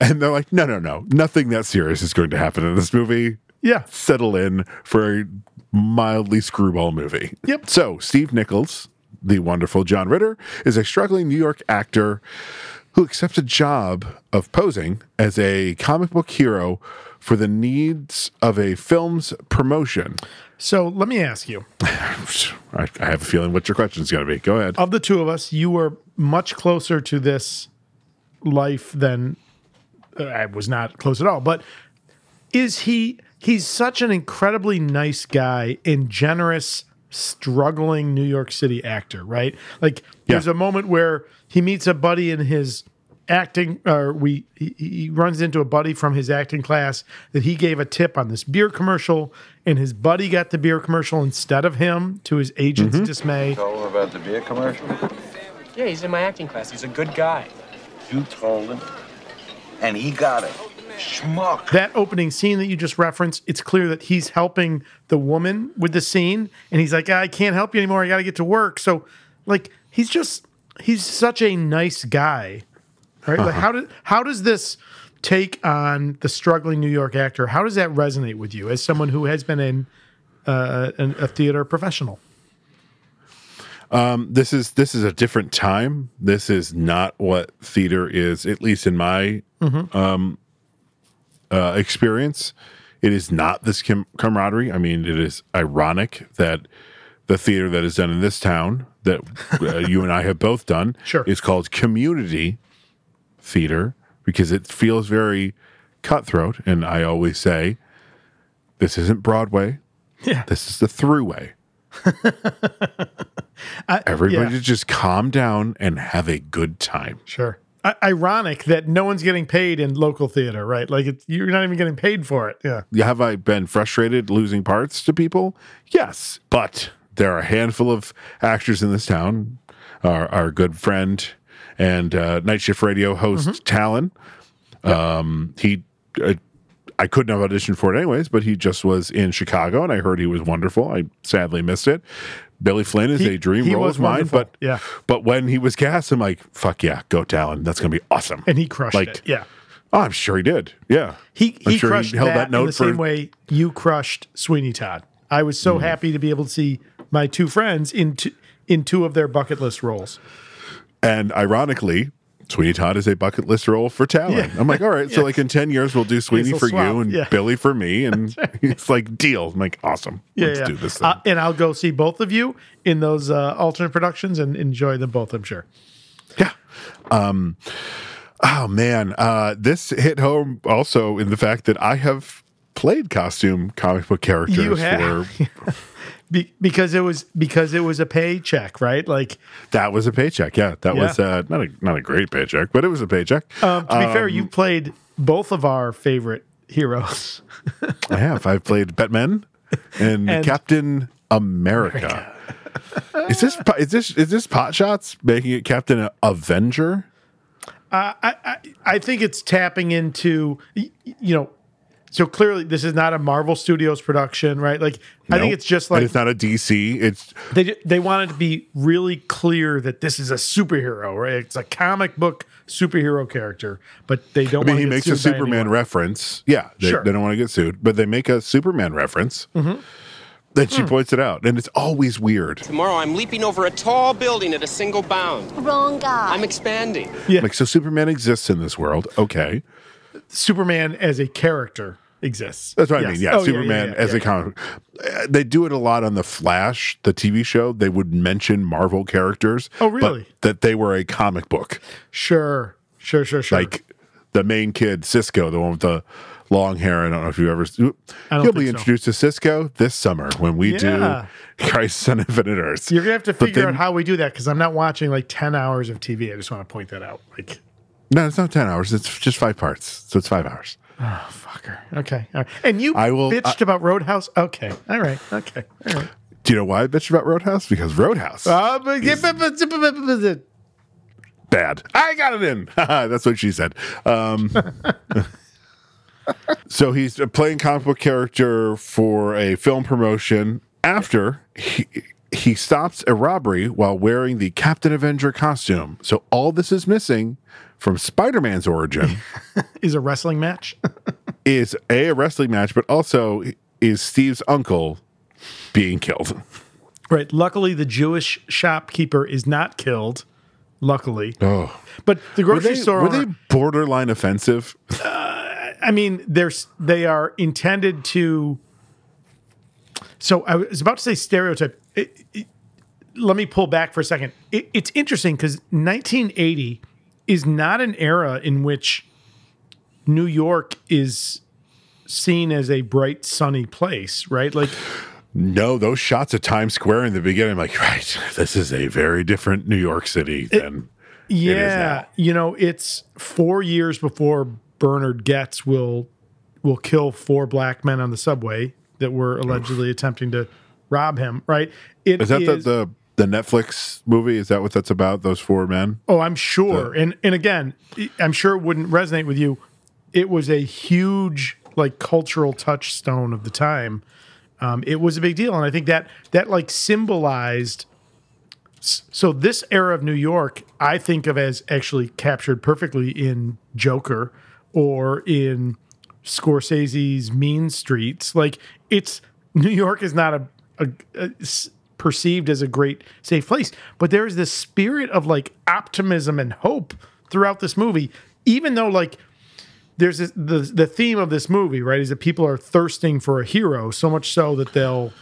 Speaker 2: and they're like, no, no, no. Nothing that serious is going to happen in this movie.
Speaker 3: Yeah.
Speaker 2: Settle in for a mildly screwball movie.
Speaker 3: Yep.
Speaker 2: So, Steve Nichols, the wonderful John Ritter, is a struggling New York actor who accepts a job of posing as a comic book hero for the needs of a film's promotion.
Speaker 3: So let me ask you:
Speaker 2: I, I have a feeling what your question's going to be. Go ahead.
Speaker 3: of the two of us, you were much closer to this life than uh, I was not close at all. But is he? He's such an incredibly nice guy and generous, struggling New York City actor, right? Like there's
Speaker 2: Yeah.
Speaker 3: a moment where he meets a buddy in his acting, or we he, he runs into a buddy from his acting class that he gave a tip on this beer commercial, and his buddy got the beer commercial instead of him, to his agent's dismay.
Speaker 6: told him about the beer commercial?
Speaker 4: Yeah, he's in my acting class. He's a good guy.
Speaker 6: You told him. And he got it. Schmuck.
Speaker 3: that opening scene that you just referenced, it's clear that he's helping the woman with the scene, and he's like, "I can't help you anymore. I got to get to work." So, like, he's just he's such a nice guy, right? Like, how did how does this take on the struggling New York actor? How does that resonate with you as someone who has been in uh, an, a theater professional?
Speaker 2: this is this is a different time. This is not what theater is, at least in my
Speaker 3: Mm-hmm.
Speaker 2: um, uh, experience. It is not this com- camaraderie. I mean, it is ironic that the theater that is done in this town that uh, you and I have both done
Speaker 3: Sure.
Speaker 2: is called community theater because it feels very cutthroat. And I always say, this isn't Broadway.
Speaker 3: Yeah.
Speaker 2: This is the throughway. Everybody
Speaker 3: yeah.
Speaker 2: just calm down and have a good time.
Speaker 3: Sure. I- ironic that no one's getting paid in local theater, right? Like, it's, you're not even getting paid for it. Yeah.
Speaker 2: Have I been frustrated losing parts to people? Yes, but there are a handful of actors in this town. Our, our good friend and uh, night shift radio host
Speaker 3: Mm-hmm.
Speaker 2: Talon. Um, he, uh, I couldn't have auditioned for it anyways, but he just was in Chicago, and I heard he was wonderful. I sadly missed it. Billy Flynn is
Speaker 3: He-
Speaker 2: a dream
Speaker 3: he
Speaker 2: role
Speaker 3: was
Speaker 2: of mine,
Speaker 3: wonderful.
Speaker 2: but
Speaker 3: Yeah.
Speaker 2: but when he was cast, I'm like, fuck yeah, go Talon, that's gonna be awesome.
Speaker 3: And he crushed
Speaker 2: Like,
Speaker 3: it. Yeah.
Speaker 2: Oh, I'm sure he did. Yeah.
Speaker 3: He
Speaker 2: I'm
Speaker 3: he
Speaker 2: sure
Speaker 3: crushed that, in the same
Speaker 2: for-
Speaker 3: way you crushed Sweeney Todd. I was so happy to be able to see my two friends in two, in two of their bucket list roles.
Speaker 2: And ironically, Sweeney Todd is a bucket list role for Talon.
Speaker 3: Yeah.
Speaker 2: I'm like, all right, so like in 10 years, we'll do Sweeney
Speaker 3: will
Speaker 2: for
Speaker 3: swap,
Speaker 2: you and
Speaker 3: yeah.
Speaker 2: Billy for me. And it's like, deal. I'm like, awesome.
Speaker 3: Yeah,
Speaker 2: Let's
Speaker 3: yeah.
Speaker 2: do this thing.
Speaker 3: Uh, and I'll go see both of you in those uh, alternate productions and enjoy them both. I'm sure.
Speaker 2: yeah. Um, oh, man. Uh, this hit home also in the fact that I have played costume comic book characters
Speaker 3: You have.
Speaker 2: for
Speaker 3: Be- because it was because it was a paycheck, right? Like
Speaker 2: that was a paycheck. Yeah. Oh. That
Speaker 3: Yeah.
Speaker 2: was uh, not, a, not a great paycheck, but it was a paycheck.
Speaker 3: um, to be fair, you played both of our favorite heroes.
Speaker 2: I have. I've played Batman and,
Speaker 3: And-
Speaker 2: Captain America. is this po- is this is this pot shots making it Captain Avenger?
Speaker 3: I think it's tapping into y- y- you know. So clearly, this is not a Marvel Studios production, right? Like, I think
Speaker 2: Nope.
Speaker 3: it's just
Speaker 2: And
Speaker 3: like
Speaker 2: it's not a DC. It's
Speaker 3: they ju- they wanted to be really clear that this is a superhero, right? It's a comic book superhero character, but they don't.
Speaker 2: I mean,
Speaker 3: wanna
Speaker 2: he
Speaker 3: get
Speaker 2: makes a
Speaker 3: sued by
Speaker 2: Superman
Speaker 3: anyone.
Speaker 2: reference. Yeah, they,
Speaker 3: Sure. Mm-hmm.
Speaker 2: they don't want to get sued, but they make a Superman reference. Then
Speaker 3: Hmm.
Speaker 2: she points it out, and it's always weird.
Speaker 4: Tomorrow, I'm leaping over a tall building at a single bound.
Speaker 5: Wrong guy.
Speaker 4: I'm expanding.
Speaker 2: Like, so Superman exists in this world. Okay,
Speaker 3: Superman as a character exists.
Speaker 2: that's what I
Speaker 3: Yes.
Speaker 2: mean. Yeah,
Speaker 3: Oh,
Speaker 2: Superman
Speaker 3: yeah,
Speaker 2: as
Speaker 3: yeah.
Speaker 2: a comic. Uh, They do it a lot on the Flash, the TV show. They would mention Marvel characters.
Speaker 3: Oh,
Speaker 2: but
Speaker 3: really?
Speaker 2: that they were a comic book.
Speaker 3: Sure, sure, sure, sure.
Speaker 2: like the main kid Cisco, the one with the long hair. I don't know if you ever.
Speaker 3: don't
Speaker 2: You'll be
Speaker 3: think so.
Speaker 2: introduced to Cisco this summer when we
Speaker 3: Yeah.
Speaker 2: do Christ on Infinite Earths.
Speaker 3: you're gonna have to
Speaker 2: But
Speaker 3: figure
Speaker 2: then-
Speaker 3: out how we do that because I'm not watching like ten hours of TV. I just want to point that out. Like,
Speaker 2: No, it's not ten hours. It's just five parts, so it's five hours.
Speaker 3: fucker. Okay, all right. and you
Speaker 2: I will-
Speaker 3: bitched
Speaker 2: I-
Speaker 3: about Roadhouse. Okay, all right, okay, all right.
Speaker 2: Do you know why I bitch about Roadhouse? Because Roadhouse Um,
Speaker 3: I
Speaker 2: bad. I got it in. That's what she said. Um, so he's playing comic book character for a film promotion. After he he stops a robbery while wearing the Captain Avenger costume. So all this is missing from Spider Man's origin
Speaker 3: is a wrestling match.
Speaker 2: is a, a wrestling match, but also is Steve's uncle being killed.
Speaker 3: right. Luckily, the Jewish shopkeeper is not killed. Luckily,
Speaker 2: Oh,
Speaker 3: but the
Speaker 2: were
Speaker 3: grocery
Speaker 2: they,
Speaker 3: store.
Speaker 2: were they borderline offensive?
Speaker 3: I mean, there's they are intended to. So I was about to say stereotype. It- it- let me pull back for a second. It, it's interesting because 1980 is not an era in which New York is seen as a bright, sunny place, right? Like
Speaker 2: No, those shots of Times Square in the beginning, I'm like, right, this is a very different New York City than
Speaker 3: Yeah,
Speaker 2: now.
Speaker 3: you know, it's four years before Bernard Getz will will kill four black men on the subway that were allegedly attempting to rob him. Right? It
Speaker 2: is that
Speaker 3: is-
Speaker 2: the, the the Netflix movie? Is that what that's about? Those four men?
Speaker 3: oh, I'm sure, and and again, I'm sure it wouldn't resonate with you. It was a huge like cultural touchstone of the time. Um, it was a big deal, and I think that that like symbolized. s- So this era of New York, I think of as actually captured perfectly in Joker or in Scorsese's Mean Streets. Like it's New York is not a, a, a s- perceived as a great safe place, but there is this spirit of like optimism and hope throughout this movie, even though like there's this, the the theme of this movie, right? Is that people are thirsting for a hero so much so that they'll,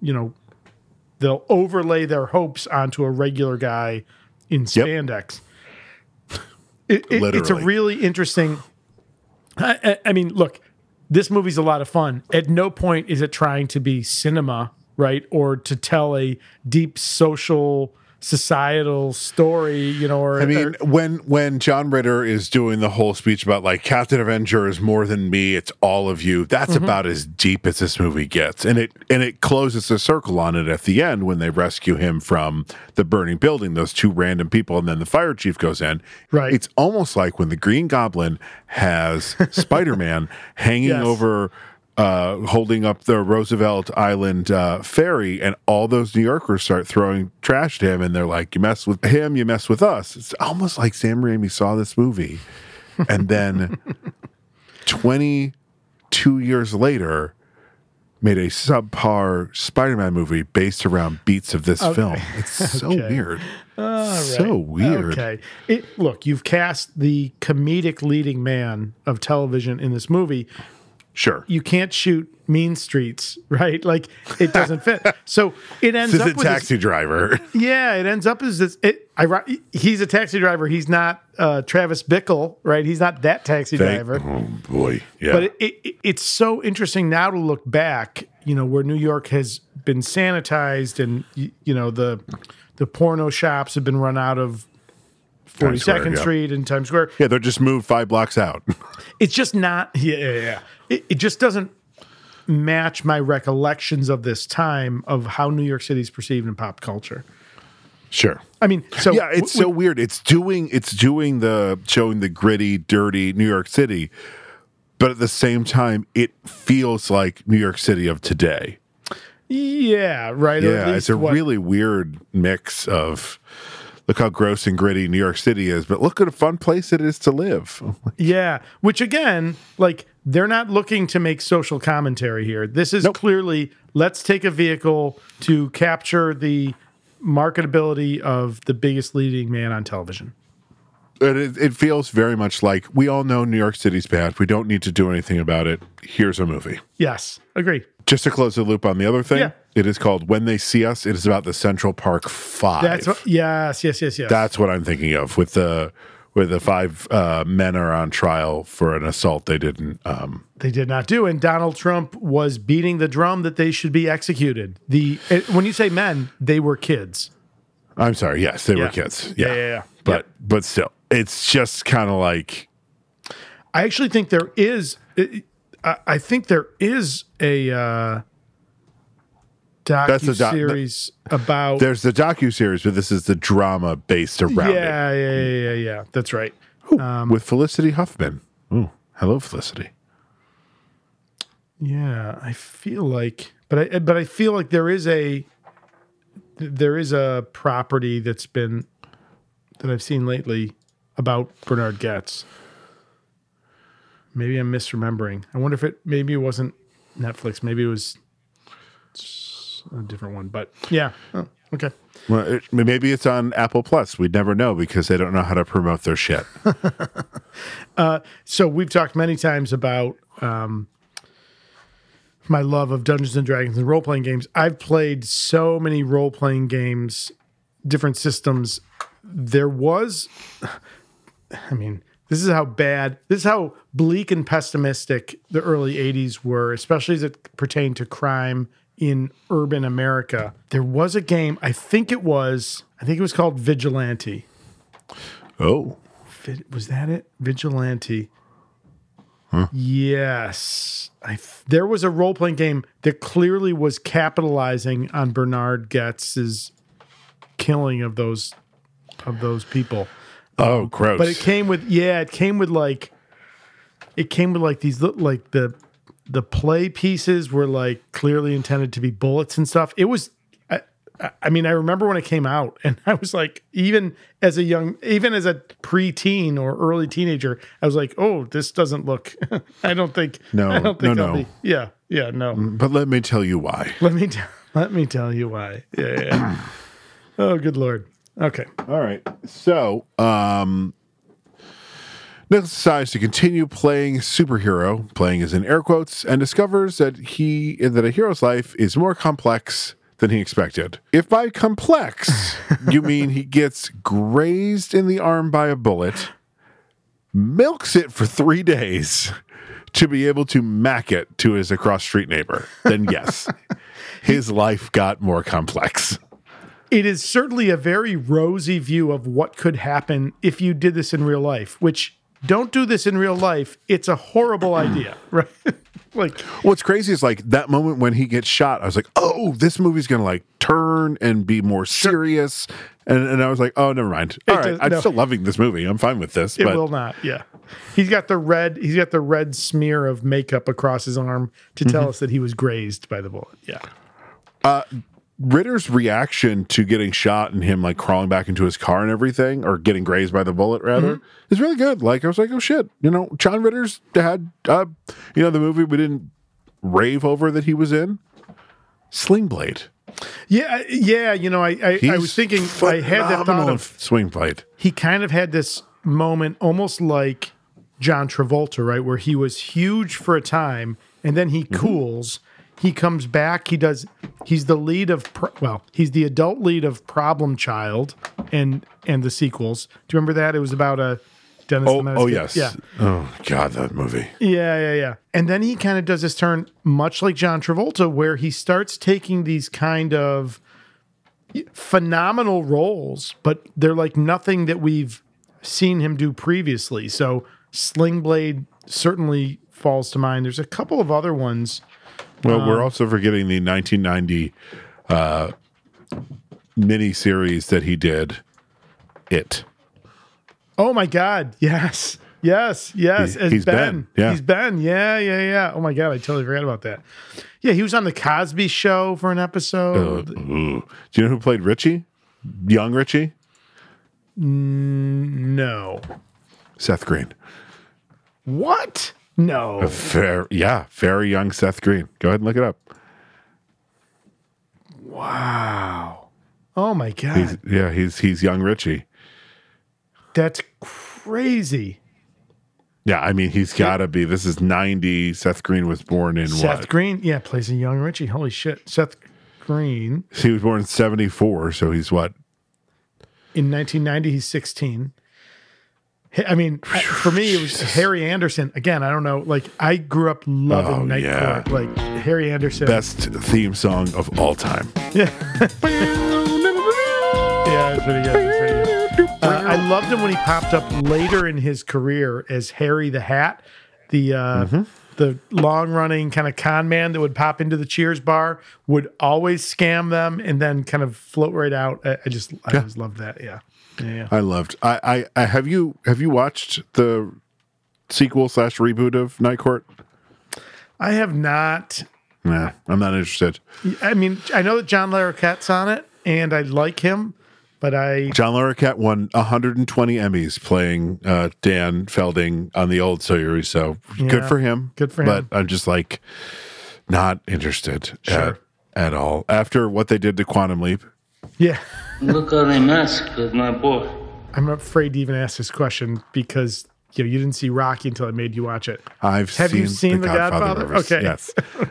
Speaker 3: you know, they'll overlay their hopes onto a regular guy in spandex. It- it- it's a
Speaker 2: Literally.
Speaker 3: really interesting. I, I, I mean, look, this movie's a lot of fun. At no point is it trying to be cinema, right, or to tell a deep social societal story, you know, or
Speaker 2: I mean, when when John Ritter is doing the whole speech about like Captain Avenger is more than me, it's all of you. That's
Speaker 3: Mm-hmm.
Speaker 2: about as deep as this movie gets, and it and it closes the circle on it at the end when they rescue him from the burning building. Those two random people, and then the fire chief goes in.
Speaker 3: Right.
Speaker 2: It's almost like when the Green Goblin has Spider Man hanging
Speaker 3: Yes.
Speaker 2: over. Uh, holding up the Roosevelt Island uh, ferry, and all those New Yorkers start throwing trash to him, and they're like, "You mess with him, you mess with us." It's almost like Sam Raimi saw this movie, and then twenty-two years later, made a subpar Spider-Man movie based around beats of
Speaker 3: Oh.
Speaker 2: this film. It's so weird, so weird.
Speaker 3: Okay. It, look, you've cast the comedic leading man of television in this movie.
Speaker 2: Sure,
Speaker 3: You can't shoot Mean Streets, right? Like it doesn't fit. So it ends
Speaker 2: this
Speaker 3: up
Speaker 2: is a
Speaker 3: with this-
Speaker 2: taxi driver.
Speaker 3: yeah, it ends up as this. It, I, he's a taxi driver. He's not uh, Travis Bickle, right? He's not that taxi
Speaker 2: Thank-
Speaker 3: driver.
Speaker 2: oh boy, yeah.
Speaker 3: But it, it, it- it's so interesting now to look back, you know, where New York has been sanitized and, y- you know, the the porno shops have been run out of
Speaker 2: Times Square,
Speaker 3: 42nd
Speaker 2: yeah.
Speaker 3: Street and Times Square.
Speaker 2: yeah, they're just moved five blocks out.
Speaker 3: It's just not, yeah, yeah, yeah. It, it just doesn't match my recollections of this time of how New York City is perceived in pop culture.
Speaker 2: sure.
Speaker 3: I mean, so
Speaker 2: yeah, it's so weird. It's doing it's doing the showing the gritty, dirty New York City, but at the same time, it feels like New York City of today.
Speaker 3: yeah, right. or at
Speaker 2: Yeah, it's
Speaker 3: least
Speaker 2: a
Speaker 3: what-
Speaker 2: really weird mix of look how gross and gritty New York City is, but look at a fun place it is to live.
Speaker 3: Yeah, which again, like they're not looking to make social commentary here. This is clearly let's take a vehicle to capture the marketability of the biggest leading man on television.
Speaker 2: But it, it feels very much like we all know New York City's bad. We don't need to do anything about it. Here's a movie.
Speaker 3: Yes, agree.
Speaker 2: Just to close the loop on the other thing,
Speaker 3: Yeah.
Speaker 2: it is called When They See Us. It is about the Central Park Five.
Speaker 3: That's what, yes, yes, yes, yes.
Speaker 2: That's what I'm thinking of with the where the five uh, men are on trial for an assault they didn't. Um,
Speaker 3: they did not do, and Donald Trump was beating the drum that they should be executed. The eh, when you say men, they were kids.
Speaker 2: I'm sorry. Yes, they were
Speaker 3: Yeah.
Speaker 2: kids. Yeah,
Speaker 3: Yeah, yeah, yeah.
Speaker 2: But but still, it's just kind of like
Speaker 3: I actually think there is. I I think there is a uh,
Speaker 2: That's the doc-
Speaker 3: series about
Speaker 2: There's the docu series, but this is the drama based around
Speaker 3: yeah, yeah, yeah, yeah, yeah. That's right.
Speaker 2: it with Felicity Huffman. Ooh, hello, Felicity.
Speaker 3: Yeah, I feel like, but I but I feel like there is a there is a property that's been that I've seen lately about Bernard Getz. Maybe I'm misremembering. I wonder if it maybe it wasn't Netflix. Maybe it was a different one. But yeah, oh, okay.
Speaker 2: Well, it, maybe it's on Apple Plus. We'd never know because they don't know how to promote their shit.
Speaker 3: so we've talked many times about um, my love of Dungeons and Dragons and role playing games. I've played so many role playing games, different systems. There was, I mean, this is how bad, this is how bleak and pessimistic the early 80s were, especially as it pertained to crime in urban America. There was a game, I think it was, I think it was called Vigilante.
Speaker 2: Oh,
Speaker 3: Vi- was that it? Vigilante. Yes, I f- there was a role playing game that clearly was capitalizing on Bernard Getz's killing of those of those people,
Speaker 2: oh, gross.
Speaker 3: but it came with yeah, it came with like it came with like these li- like the the play pieces were like clearly intended to be bullets and stuff. It was I, I- I mean, I remember when it came out and I was like even as a young even as a preteen or early teenager, I was like, "Oh, this doesn't look I don't think
Speaker 2: No,
Speaker 3: I don't
Speaker 2: no,
Speaker 3: think I'll
Speaker 2: no. Mm-hmm.
Speaker 3: be Yeah, yeah, no.
Speaker 2: but let me tell you why.
Speaker 3: Let me t- let me tell you why. Yeah. yeah. oh, good lord. Okay.
Speaker 2: All right. So, um, Nicholas decides to continue playing superhero, playing is in air quotes, and discovers that he that a hero's life is more complex than he expected. If by complex you mean he gets grazed in the arm by a bullet, milks it for three days to be able to mack it to his across street neighbor, then yes, his life got more complex.
Speaker 3: it is certainly a very rosy view of what could happen if you did this in real life, which don't do this in real life. It's a horrible idea, right? like,
Speaker 2: What's crazy is like that moment when he gets shot, I was like, oh, this movie's gonna like turn and be more serious. And, and I was like, oh, never mind. All right,
Speaker 3: does-
Speaker 2: I'm
Speaker 3: no.
Speaker 2: still loving this movie. I'm fine with this.
Speaker 3: it
Speaker 2: but
Speaker 3: will not. Yeah. He's got the red, he's got the red smear of makeup across his arm to tell us that he was grazed by the bullet. Yeah.
Speaker 2: Ritter's reaction to getting shot and him like crawling back into his car and everything, or getting grazed by the bullet rather,
Speaker 3: Mm-hmm.
Speaker 2: is really good. Like I was like, oh shit, you know, John Ritter's had, uh, you know, the movie we didn't rave over that he was in, Sling Blade.
Speaker 3: Yeah. Yeah. You know, I, I, I was thinking, I had that thought of,
Speaker 2: Swing Blade.
Speaker 3: he kind of had this moment almost like John Travolta, right? Where he was huge for a time and then
Speaker 2: Mm-hmm.
Speaker 3: he cools. He comes back. He does. He's the lead of pro- well, he's the adult lead of Problem Child and and the sequels. Do you remember that? It was about a Dennis.
Speaker 2: Oh,
Speaker 3: the Menace
Speaker 2: oh
Speaker 3: kid.
Speaker 2: yes.
Speaker 3: yeah,
Speaker 2: Oh god, that movie.
Speaker 3: yeah, yeah, yeah. And then he kind of does this turn, much like John Travolta, where he starts taking these kind of phenomenal roles, but they're like nothing that we've seen him do previously. So Sling Blade certainly falls to mind. There's a couple of other ones.
Speaker 2: Well,
Speaker 3: Um,
Speaker 2: we're also forgetting the 1990 uh, mini series that he did. It.
Speaker 3: Oh my God. Yes. Yes. Yes.
Speaker 2: He-
Speaker 3: as
Speaker 2: he's
Speaker 3: ben.
Speaker 2: Ben, yeah.
Speaker 3: He's Ben. Yeah. Yeah. Yeah. Oh my God. I totally forgot about that. Yeah. He was on The Cosby Show for an
Speaker 2: Uh,
Speaker 3: episode.
Speaker 2: ooh. Do you know who played Richie? Young Richie?
Speaker 3: no.
Speaker 2: Seth Green.
Speaker 3: What? No.
Speaker 2: Fair, yeah, very young Seth Green. Go ahead and look it up.
Speaker 3: Wow. Oh my god.
Speaker 2: He's, yeah, he's he's young Richie.
Speaker 3: That's crazy.
Speaker 2: Yeah, I mean he's got to be. This is 90. Seth Green was born in
Speaker 3: Seth
Speaker 2: what?
Speaker 3: Green, yeah, plays a young Richie. Holy shit. Seth Green
Speaker 2: He was born in 74, so he's what?
Speaker 3: in 1990 he's 16. H- I mean, I- for me it was Harry Anderson. Again, I don't know, like I grew up loving
Speaker 2: Oh,
Speaker 3: Night
Speaker 2: yeah.
Speaker 3: Court. Like Harry Anderson.
Speaker 2: Best theme song of all time.
Speaker 3: Yeah, it's pretty good. It's pretty good. Uh, I loved him when he popped up later in his career as Harry the Hat, the uh, the long running kind of con man that would pop into the Cheers bar would always scam them and then kind of float right out. I, I just I always loved that. Yeah. Yeah. yeah.
Speaker 2: I loved. I, I I have you have you watched the sequel slash reboot of Night Court?
Speaker 3: I have not.
Speaker 2: Nah, I'm not interested.
Speaker 3: I mean, I know that John Larroquette's on it, and I like him, but I
Speaker 2: John Larroquette won 120 Emmys playing uh, Dan Felding on the old series, so good
Speaker 3: Yeah.
Speaker 2: for him.
Speaker 3: Good for
Speaker 2: But
Speaker 3: him.
Speaker 2: I'm just like not interested at,
Speaker 3: Sure.
Speaker 2: at all after what they did to Quantum Leap.
Speaker 3: yeah.
Speaker 7: Look how they mess with my boy.
Speaker 3: I'm afraid to even ask this question because you know you didn't see Rocky until I made you watch it.
Speaker 2: I've
Speaker 3: Have
Speaker 2: seen,
Speaker 3: you seen The Godfather?
Speaker 2: movies.
Speaker 3: Okay.
Speaker 2: Yes,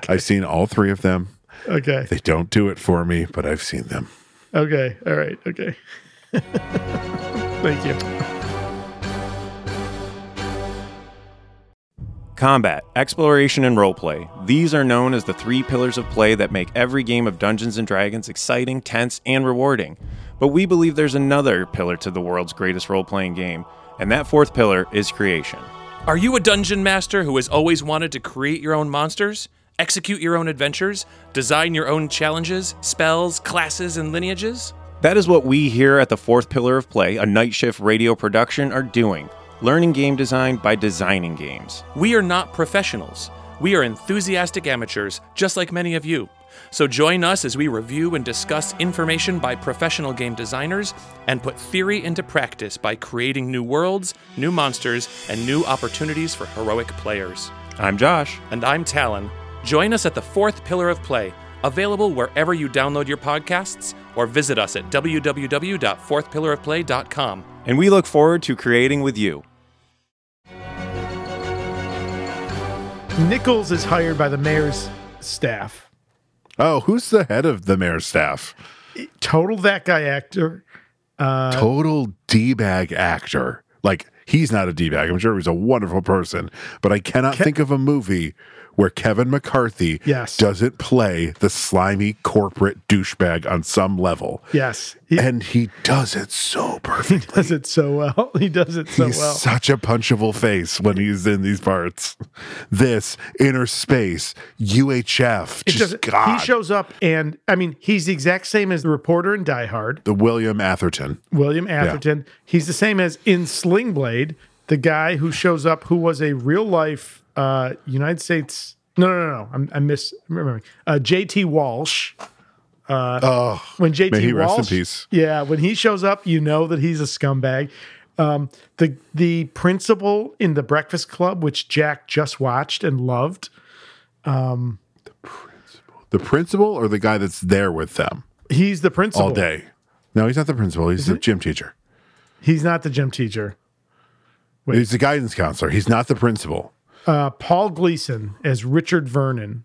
Speaker 2: I've seen all three of them.
Speaker 3: Okay.
Speaker 2: They don't do it for me, but I've seen them.
Speaker 3: Okay. All right. Okay. Thank you.
Speaker 8: Combat, exploration, and roleplay. These are known as the three pillars of play that make every game of Dungeons and Dragons exciting, tense, and rewarding. But we believe there's another pillar to the world's greatest role playing game, and that fourth pillar is creation.
Speaker 9: Are you a dungeon master who has always wanted to create your own monsters, execute your own adventures, design your own challenges, spells, classes, and lineages?
Speaker 8: That is what we here at the Fourth Pillar of Play, a night shift radio production, are doing learning game design by designing games.
Speaker 9: We are not professionals. We are enthusiastic amateurs, just like many of you. So join us as we review and discuss information by professional game designers and put theory into practice by creating new worlds, new monsters, and new opportunities for heroic players.
Speaker 8: I'm Josh.
Speaker 9: And I'm Talon. Join us at the fourth pillar of play, available wherever you download your podcasts or visit us at www.fourthpillarofplay.com.
Speaker 8: and we look forward to creating with you.
Speaker 3: Nichols is hired by the mayor's staff.
Speaker 2: Oh, who's the head of the mayor's staff?
Speaker 3: Total that guy actor. Uh,
Speaker 2: Total d bag actor. Like he's not a d bag. I'm sure he's a wonderful person, but I cannot think of a movie where Kevin McCarthy
Speaker 3: Yes.
Speaker 2: doesn't play the slimy corporate douchebag on some level.
Speaker 3: Yes. He,
Speaker 2: and he does it so
Speaker 3: he
Speaker 2: perfectly.
Speaker 3: does it so well. He does it so
Speaker 2: he's
Speaker 3: well.
Speaker 2: such a punchable face when he's in these parts. This inner space, UHF,
Speaker 3: It
Speaker 2: just
Speaker 3: doesn't-
Speaker 2: God.
Speaker 3: He shows up, and I mean, he's the exact same as the reporter in Die Hard,
Speaker 2: the William Atherton.
Speaker 3: William Atherton. He's the same as in Sling Blade, the guy who shows up who was a real life uh, United States. No, no, no, no. I'm, I miss I'm remembering. Uh, J.T. Walsh. Uh,
Speaker 2: Oh,
Speaker 3: when JT
Speaker 2: May he rest
Speaker 3: Walsh,
Speaker 2: in peace.
Speaker 3: Yeah, when he shows up, you know that he's a scumbag. Um, the the principal in the Breakfast Club, which Jack just watched and loved,
Speaker 2: the principal or the guy that's there with them
Speaker 3: he's the principal
Speaker 2: all day? No, he's not the principal. He's the gym teacher.
Speaker 3: He's not the gym teacher. Wait.
Speaker 2: He's the guidance counselor. He's not the principal.
Speaker 3: Uh, Paul Gleason as Richard Vernon.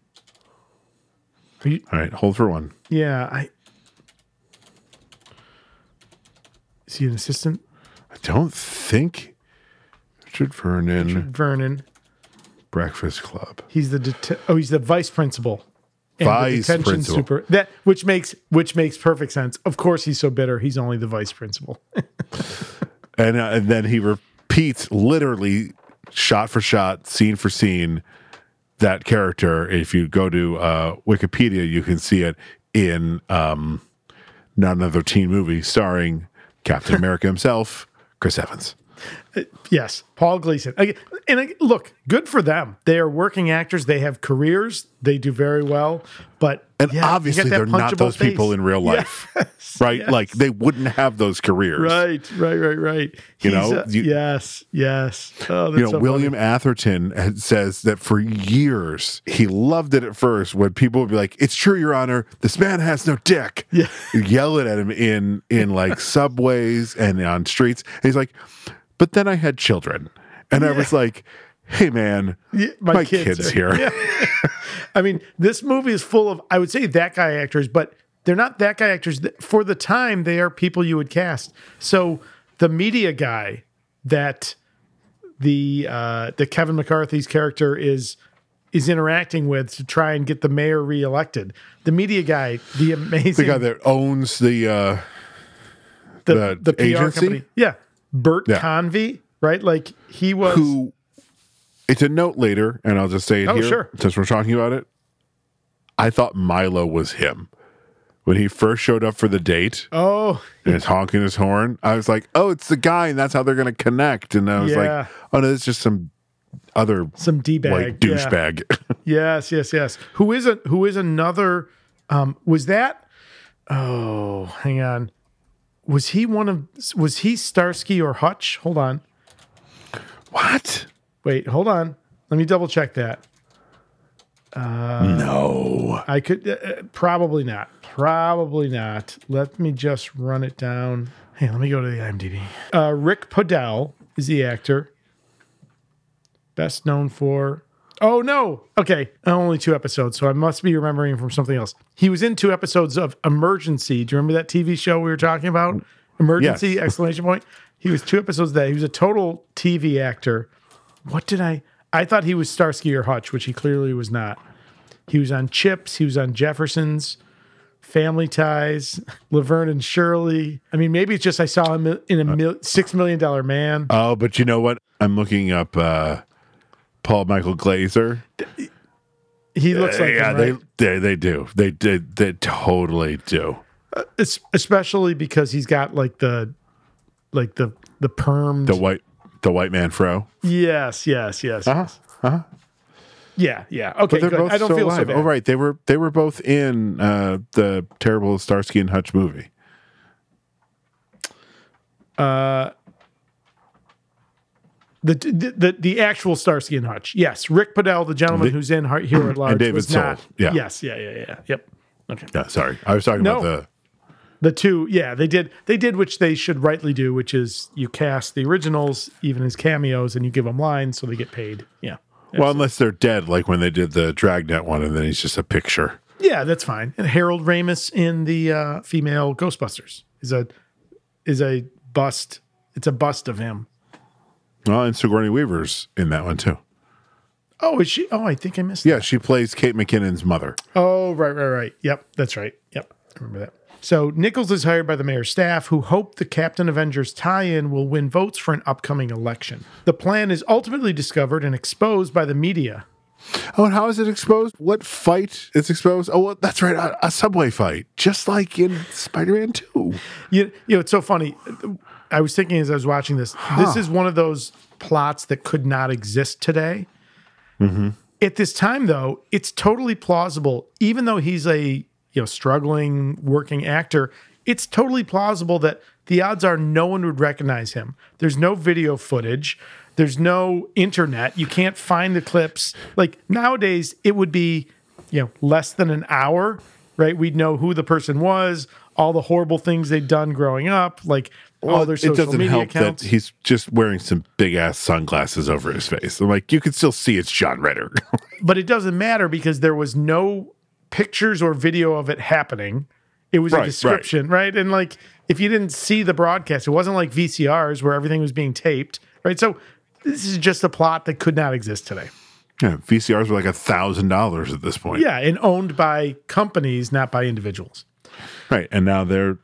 Speaker 3: Are you-
Speaker 2: All right, hold for one.
Speaker 3: yeah, I. Is he an assistant?
Speaker 2: I don't think Richard Vernon
Speaker 3: Vernon.
Speaker 2: Breakfast Club.
Speaker 3: He's the det- oh, he's the vice principal. and the
Speaker 2: Vice
Speaker 3: detention
Speaker 2: principal.
Speaker 3: super that which makes which makes perfect sense. Of course, he's so bitter. He's only the vice principal.
Speaker 2: and, uh, and then he repeats literally shot for shot scene for scene that character if you go to uh, wikipedia you can see it in um, not another teen movie starring captain america himself chris evans
Speaker 3: Yes, Paul Gleason. Ag- And ag- look, good for them. They are working actors. They have careers. They do very well. But
Speaker 2: and
Speaker 3: yeah, you got
Speaker 2: obviously
Speaker 3: that
Speaker 2: they're not
Speaker 3: punchable
Speaker 2: those people
Speaker 3: face.
Speaker 2: in real life
Speaker 3: Yes,
Speaker 2: right
Speaker 3: yes.
Speaker 2: like they wouldn't have those careers
Speaker 3: right, right, right, right.
Speaker 2: You
Speaker 3: He's
Speaker 2: know,
Speaker 3: a-
Speaker 2: you-
Speaker 3: yes, yes. Oh, that's
Speaker 2: you know,
Speaker 3: so
Speaker 2: William
Speaker 3: funny.
Speaker 2: Atherton had, says that for years he loved it at first when people would be like, "It's true, Your Honor, this man has no dick."
Speaker 3: Yeah.
Speaker 2: yell it at him in in like subways and on streets. And he's like, "But then I had children, and I was like, hey man,
Speaker 3: Yeah,
Speaker 2: my,
Speaker 3: my
Speaker 2: kids,
Speaker 3: kids are-
Speaker 2: here."
Speaker 3: I mean, this movie is full of, I would say, that guy actors, but they're not that guy actors. Th- For the time, they are people you would cast. So the media guy that the uh, the Kevin McCarthy's character is is interacting with to try and get the mayor reelected. The media guy, the
Speaker 2: The
Speaker 3: amazing
Speaker 2: guy that owns the uh, the agency?
Speaker 3: yeah, Bert
Speaker 2: Yeah.
Speaker 3: Convey, right? Like he was
Speaker 2: who It's a note later, and I'll just say it
Speaker 3: Oh,
Speaker 2: here
Speaker 3: sure.
Speaker 2: since we're talking about it. I thought Milo was him when he first showed up for the date
Speaker 3: Oh,
Speaker 2: and is honking his horn. I was like, oh, it's the guy, and that's how they're going to connect. And I was
Speaker 3: Yeah.
Speaker 2: like, oh no, it's just some other
Speaker 3: some d bag,
Speaker 2: like douchebag.
Speaker 3: Yes, yes, yes. Who is a who is another? Um, was that? Oh, hang on. Was he one of? Was he Starsky or Hutch? Hold on.
Speaker 2: what?
Speaker 3: Wait, hold on. Let me double check that.
Speaker 2: no.
Speaker 3: I could uh, uh, probably not. Probably not. Let me just run it down. Hey, let me go to the IMDb. Uh, Rick Podell is the actor, best known for. Oh no! Okay, only two episodes, so I must be remembering from something else. He was in two episodes of Emergency. Do you remember that TV show we were talking about? Emergency!
Speaker 2: Yes.
Speaker 3: Exclamation point! He was two episodes of that. He was a total TV actor. What did I? I thought he was Starsky or Hutch, which he clearly was not. He was on Chips. He was on Jefferson's, Family Ties, Laverne and Shirley. I mean, maybe it's just I saw him in a mil- six million dollar man.
Speaker 2: Oh, but you know what? I'm looking up uh, Paul Michael Glazer.
Speaker 3: He looks like
Speaker 2: yeah,
Speaker 3: him, right?
Speaker 2: they, they they do. They did. They, totally do.
Speaker 3: Es- especially because he's got like the, like the the perm.
Speaker 2: The white the white man fro.
Speaker 3: yes, yes, yes. yes. Yeah, yeah. Okay,
Speaker 2: Uh-huh, But they're
Speaker 3: good.
Speaker 2: both
Speaker 3: I don't
Speaker 2: so
Speaker 3: feel so
Speaker 2: alive.
Speaker 3: bad.
Speaker 2: oh, right. They were they were both in uh, the terrible Starsky and Hutch movie.
Speaker 3: The, the the the actual Starsky and Hutch. Yes, Rick Padell, the gentleman
Speaker 2: The-
Speaker 3: who's in Har- Hero at Large,
Speaker 2: David
Speaker 3: was not.
Speaker 2: Soul, yeah.
Speaker 3: Yes. Yeah. Yeah. Yeah. Yep. Okay.
Speaker 2: Yeah, sorry. I was talking
Speaker 3: No.
Speaker 2: about the
Speaker 3: The two, yeah, they did. They did, which they should rightly do, which is you cast the originals, even as cameos, and you give them lines so they get paid. Yeah,
Speaker 2: well, unless they're dead, like when they did the Dragnet one, and then he's just a picture.
Speaker 3: yeah, that's fine. And Harold Ramis in the uh, female Ghostbusters is a is a bust. It's a bust of him.
Speaker 2: Well, and Sigourney Weaver's in that one too.
Speaker 3: Oh, is she? Oh, I think I missed.
Speaker 2: Yeah, she plays Kate McKinnon's mother.
Speaker 3: Oh, right, right, right. Yep, that's right. Yep, I remember that. So Nichols is hired by the mayor's staff, who hope the Captain Avengers tie-in will win votes for an upcoming election. The plan is ultimately discovered and exposed by the media.
Speaker 2: Oh, and how is it exposed? What fight is exposed? Oh, well, that's right, a, a subway fight, just like in Spider-Man Two.
Speaker 3: You, you know, it's so funny. I was thinking as I was watching this, this is one of those plots that could not exist today. At this time, though, it's totally plausible. Even though he's a you know struggling working actor, it's totally plausible that the odds are no one would recognize him. There's no video footage. There's no internet. You can't find the clips. Like nowadays, it would be you know less than an hour, right? We'd know who the person was, all the horrible things they'd done growing up, like all their Oh, social
Speaker 2: it doesn't
Speaker 3: media
Speaker 2: help
Speaker 3: accounts.
Speaker 2: that he's just wearing some big ass sunglasses over his face. I'm like, you can still see it's John Ritter.
Speaker 3: but it doesn't matter because there was no pictures or video of it happening. It was
Speaker 2: Right,
Speaker 3: a
Speaker 2: right.
Speaker 3: description, right. And like if you didn't see the broadcast, it wasn't like VCRs where everything was being taped, right? So this is just a plot that could not exist today.
Speaker 2: yeah, VCRs were like a thousand dollars at this point.
Speaker 3: Yeah, and owned by companies, not by individuals.
Speaker 2: Right, and now they're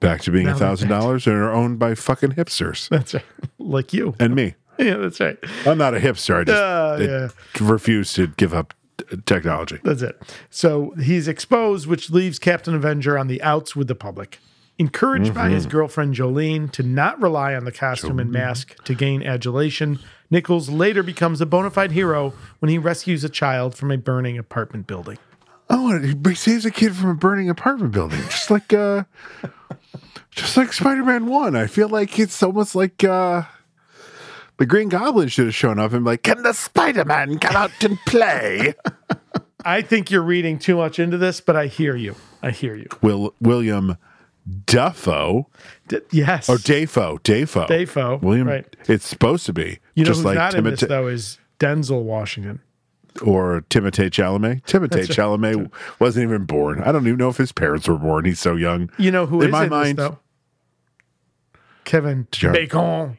Speaker 2: back to being a
Speaker 3: Now they're back to-
Speaker 2: thousand dollars and are owned by fucking hipsters
Speaker 3: That's right. like you.
Speaker 2: and me.
Speaker 3: Yeah, that's right.
Speaker 2: I'm not a hipster. I just
Speaker 3: Oh,
Speaker 2: I
Speaker 3: yeah.
Speaker 2: refuse to give up t- technology.
Speaker 3: That's it. So he's exposed, which leaves Captain Avenger on the outs with the public. Encouraged by
Speaker 2: Mm-hmm.
Speaker 3: his girlfriend Jolene to not rely on the costume and mask to gain adulation, Nichols later becomes a bona fide hero when he rescues a child from a burning apartment building.
Speaker 2: Oh, and he b- saves a kid from a burning apartment building, just like uh, just like Spider-Man One. I feel like it's almost like uh, the Green Goblin should have shown up and be like, "Can the Spider-Man come out and play?"
Speaker 3: I think you're reading too much into this, but I hear you. I hear you.
Speaker 2: Will William Defoe
Speaker 3: D- yes.
Speaker 2: or Defoe? Defoe.
Speaker 3: Defoe,
Speaker 2: William.
Speaker 3: right.
Speaker 2: It's supposed to be
Speaker 3: you know
Speaker 2: just
Speaker 3: who's
Speaker 2: like
Speaker 3: not in this
Speaker 2: Timothy
Speaker 3: though is Denzel Washington.
Speaker 2: or Timothée Chalamet. Timothée Chalamet w- wasn't even born. I don't even know if his parents were born. He's so young.
Speaker 3: You know who is
Speaker 2: In
Speaker 3: in
Speaker 2: my mind-
Speaker 3: this though? Kevin
Speaker 2: John-
Speaker 3: Bacon.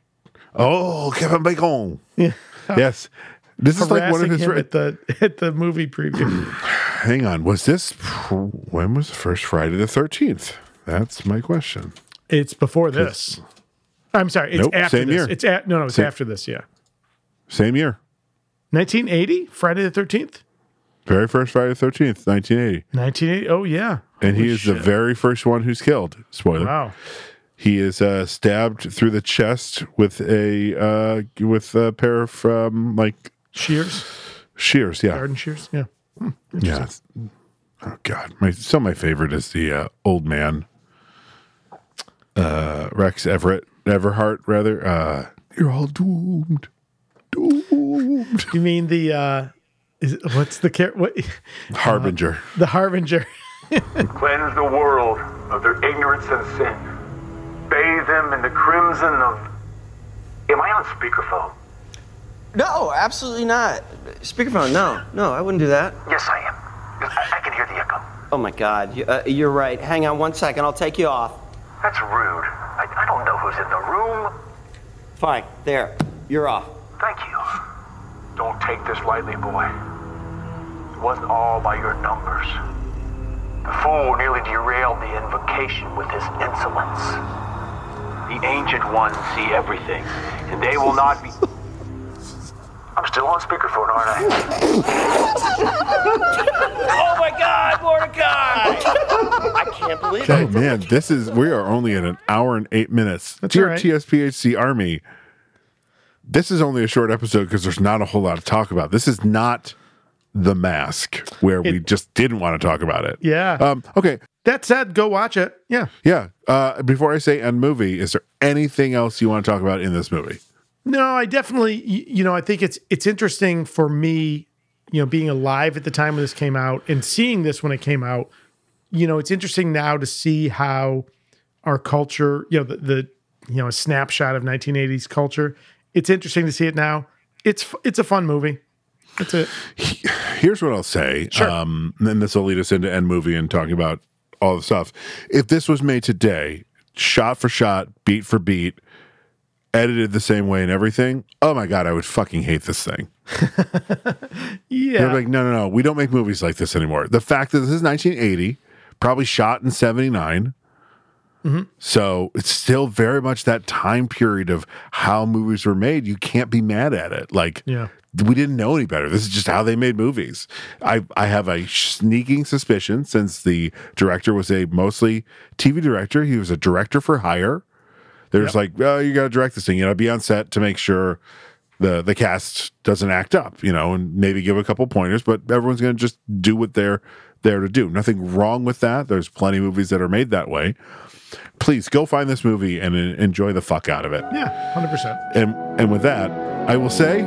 Speaker 2: Oh, Kevin Bacon. yes. This is like one of
Speaker 3: harassing
Speaker 2: his.
Speaker 3: him at the at the movie preview.
Speaker 2: hang on. Was this. pr- When was the first Friday the 13th? That's my question.
Speaker 3: it's before this. I'm sorry. It's
Speaker 2: Nope,
Speaker 3: after
Speaker 2: same
Speaker 3: this.
Speaker 2: year.
Speaker 3: It's at no, no. It's
Speaker 2: Same-
Speaker 3: after this. Yeah.
Speaker 2: Same year.
Speaker 3: 1980, Friday the 13th.
Speaker 2: Very first Friday the 13th, 1980.
Speaker 3: 1980. Oh, yeah.
Speaker 2: And he
Speaker 3: Holy
Speaker 2: is the
Speaker 3: shit.
Speaker 2: very first one who's killed. Spoiler.
Speaker 3: Wow.
Speaker 2: He is uh, stabbed through the chest with a uh, with a pair of um, like
Speaker 3: Shears,
Speaker 2: shears. Yeah,
Speaker 3: garden shears. Yeah.
Speaker 2: yeah. Oh God, my so my favorite is the uh, old man, uh, Rex Everett Everhart. Rather, uh, you're all doomed, doomed.
Speaker 3: You mean the, uh, is it, what's the care? What
Speaker 2: Harbinger.
Speaker 3: the harbinger?
Speaker 10: Cleanse the world of their ignorance and sin. Bathe them in the crimson of. Am I on speakerphone?
Speaker 4: No, absolutely not. Speakerphone, no. No, I wouldn't do that.
Speaker 10: Yes, I am. I, I can hear the echo.
Speaker 4: Oh my God, you, uh, you're right. Hang on one second, I'll take you off.
Speaker 10: That's rude. I, I don't know who's in the room.
Speaker 4: Fine, there. You're off.
Speaker 10: Thank you. Don't take this lightly, boy. It wasn't all by your numbers. The fool nearly derailed the invocation with his insolence. The ancient ones see everything, and they will not be. I'm still on speakerphone, aren't I?
Speaker 4: Oh my God, Mordecai! I can't believe
Speaker 2: Oh man, this is we are only at an hour and eight minutes. Dear
Speaker 3: all right.
Speaker 2: TSPHC Army, this is only a short episode because there's not a whole lot to talk about. This is not the mask where we just didn't want to talk about it.
Speaker 3: Yeah.
Speaker 2: Um, okay.
Speaker 3: that said, go watch it. Yeah.
Speaker 2: Yeah. Uh, before I say end movie, is there anything else you want to talk about in this movie?
Speaker 3: No, I definitely, y- you know, I think it's it's interesting for me, you know, being alive at the time when this came out and seeing this when it came out. You know, it's interesting now to see how our culture, you know, the, the you know, a snapshot of 1980s culture. It's interesting to see it now. It's f- it's a fun movie. It's a
Speaker 2: Here's what I'll say.
Speaker 3: Sure.
Speaker 2: Um, and then this will lead us into end movie and talking about all the stuff. If this was made today, shot for shot, beat for beat, edited the same way and everything, oh my God, I would fucking hate this thing.
Speaker 3: yeah.
Speaker 2: They're like, no, no, no, we don't make movies like this anymore. The fact that this is 1980, probably shot in 79.
Speaker 3: Mm-hmm.
Speaker 2: So it's still very much that time period of how movies were made. You can't be mad at it. Like,
Speaker 3: Yeah.
Speaker 2: we didn't know any better. This is just how they made movies. I, I have a sneaking suspicion since the director was a mostly TV director, he was a director for hire. They're just like, oh, you got to direct this thing. You know, be on set to make sure the the cast doesn't act up. You know, and maybe give a couple pointers, but everyone's going to just do what they're there to do. Nothing wrong with that. There's plenty of movies that are made that way. Please go find this movie and en- enjoy the fuck out of it.
Speaker 3: yeah, 100%.
Speaker 2: And and with that, I will say,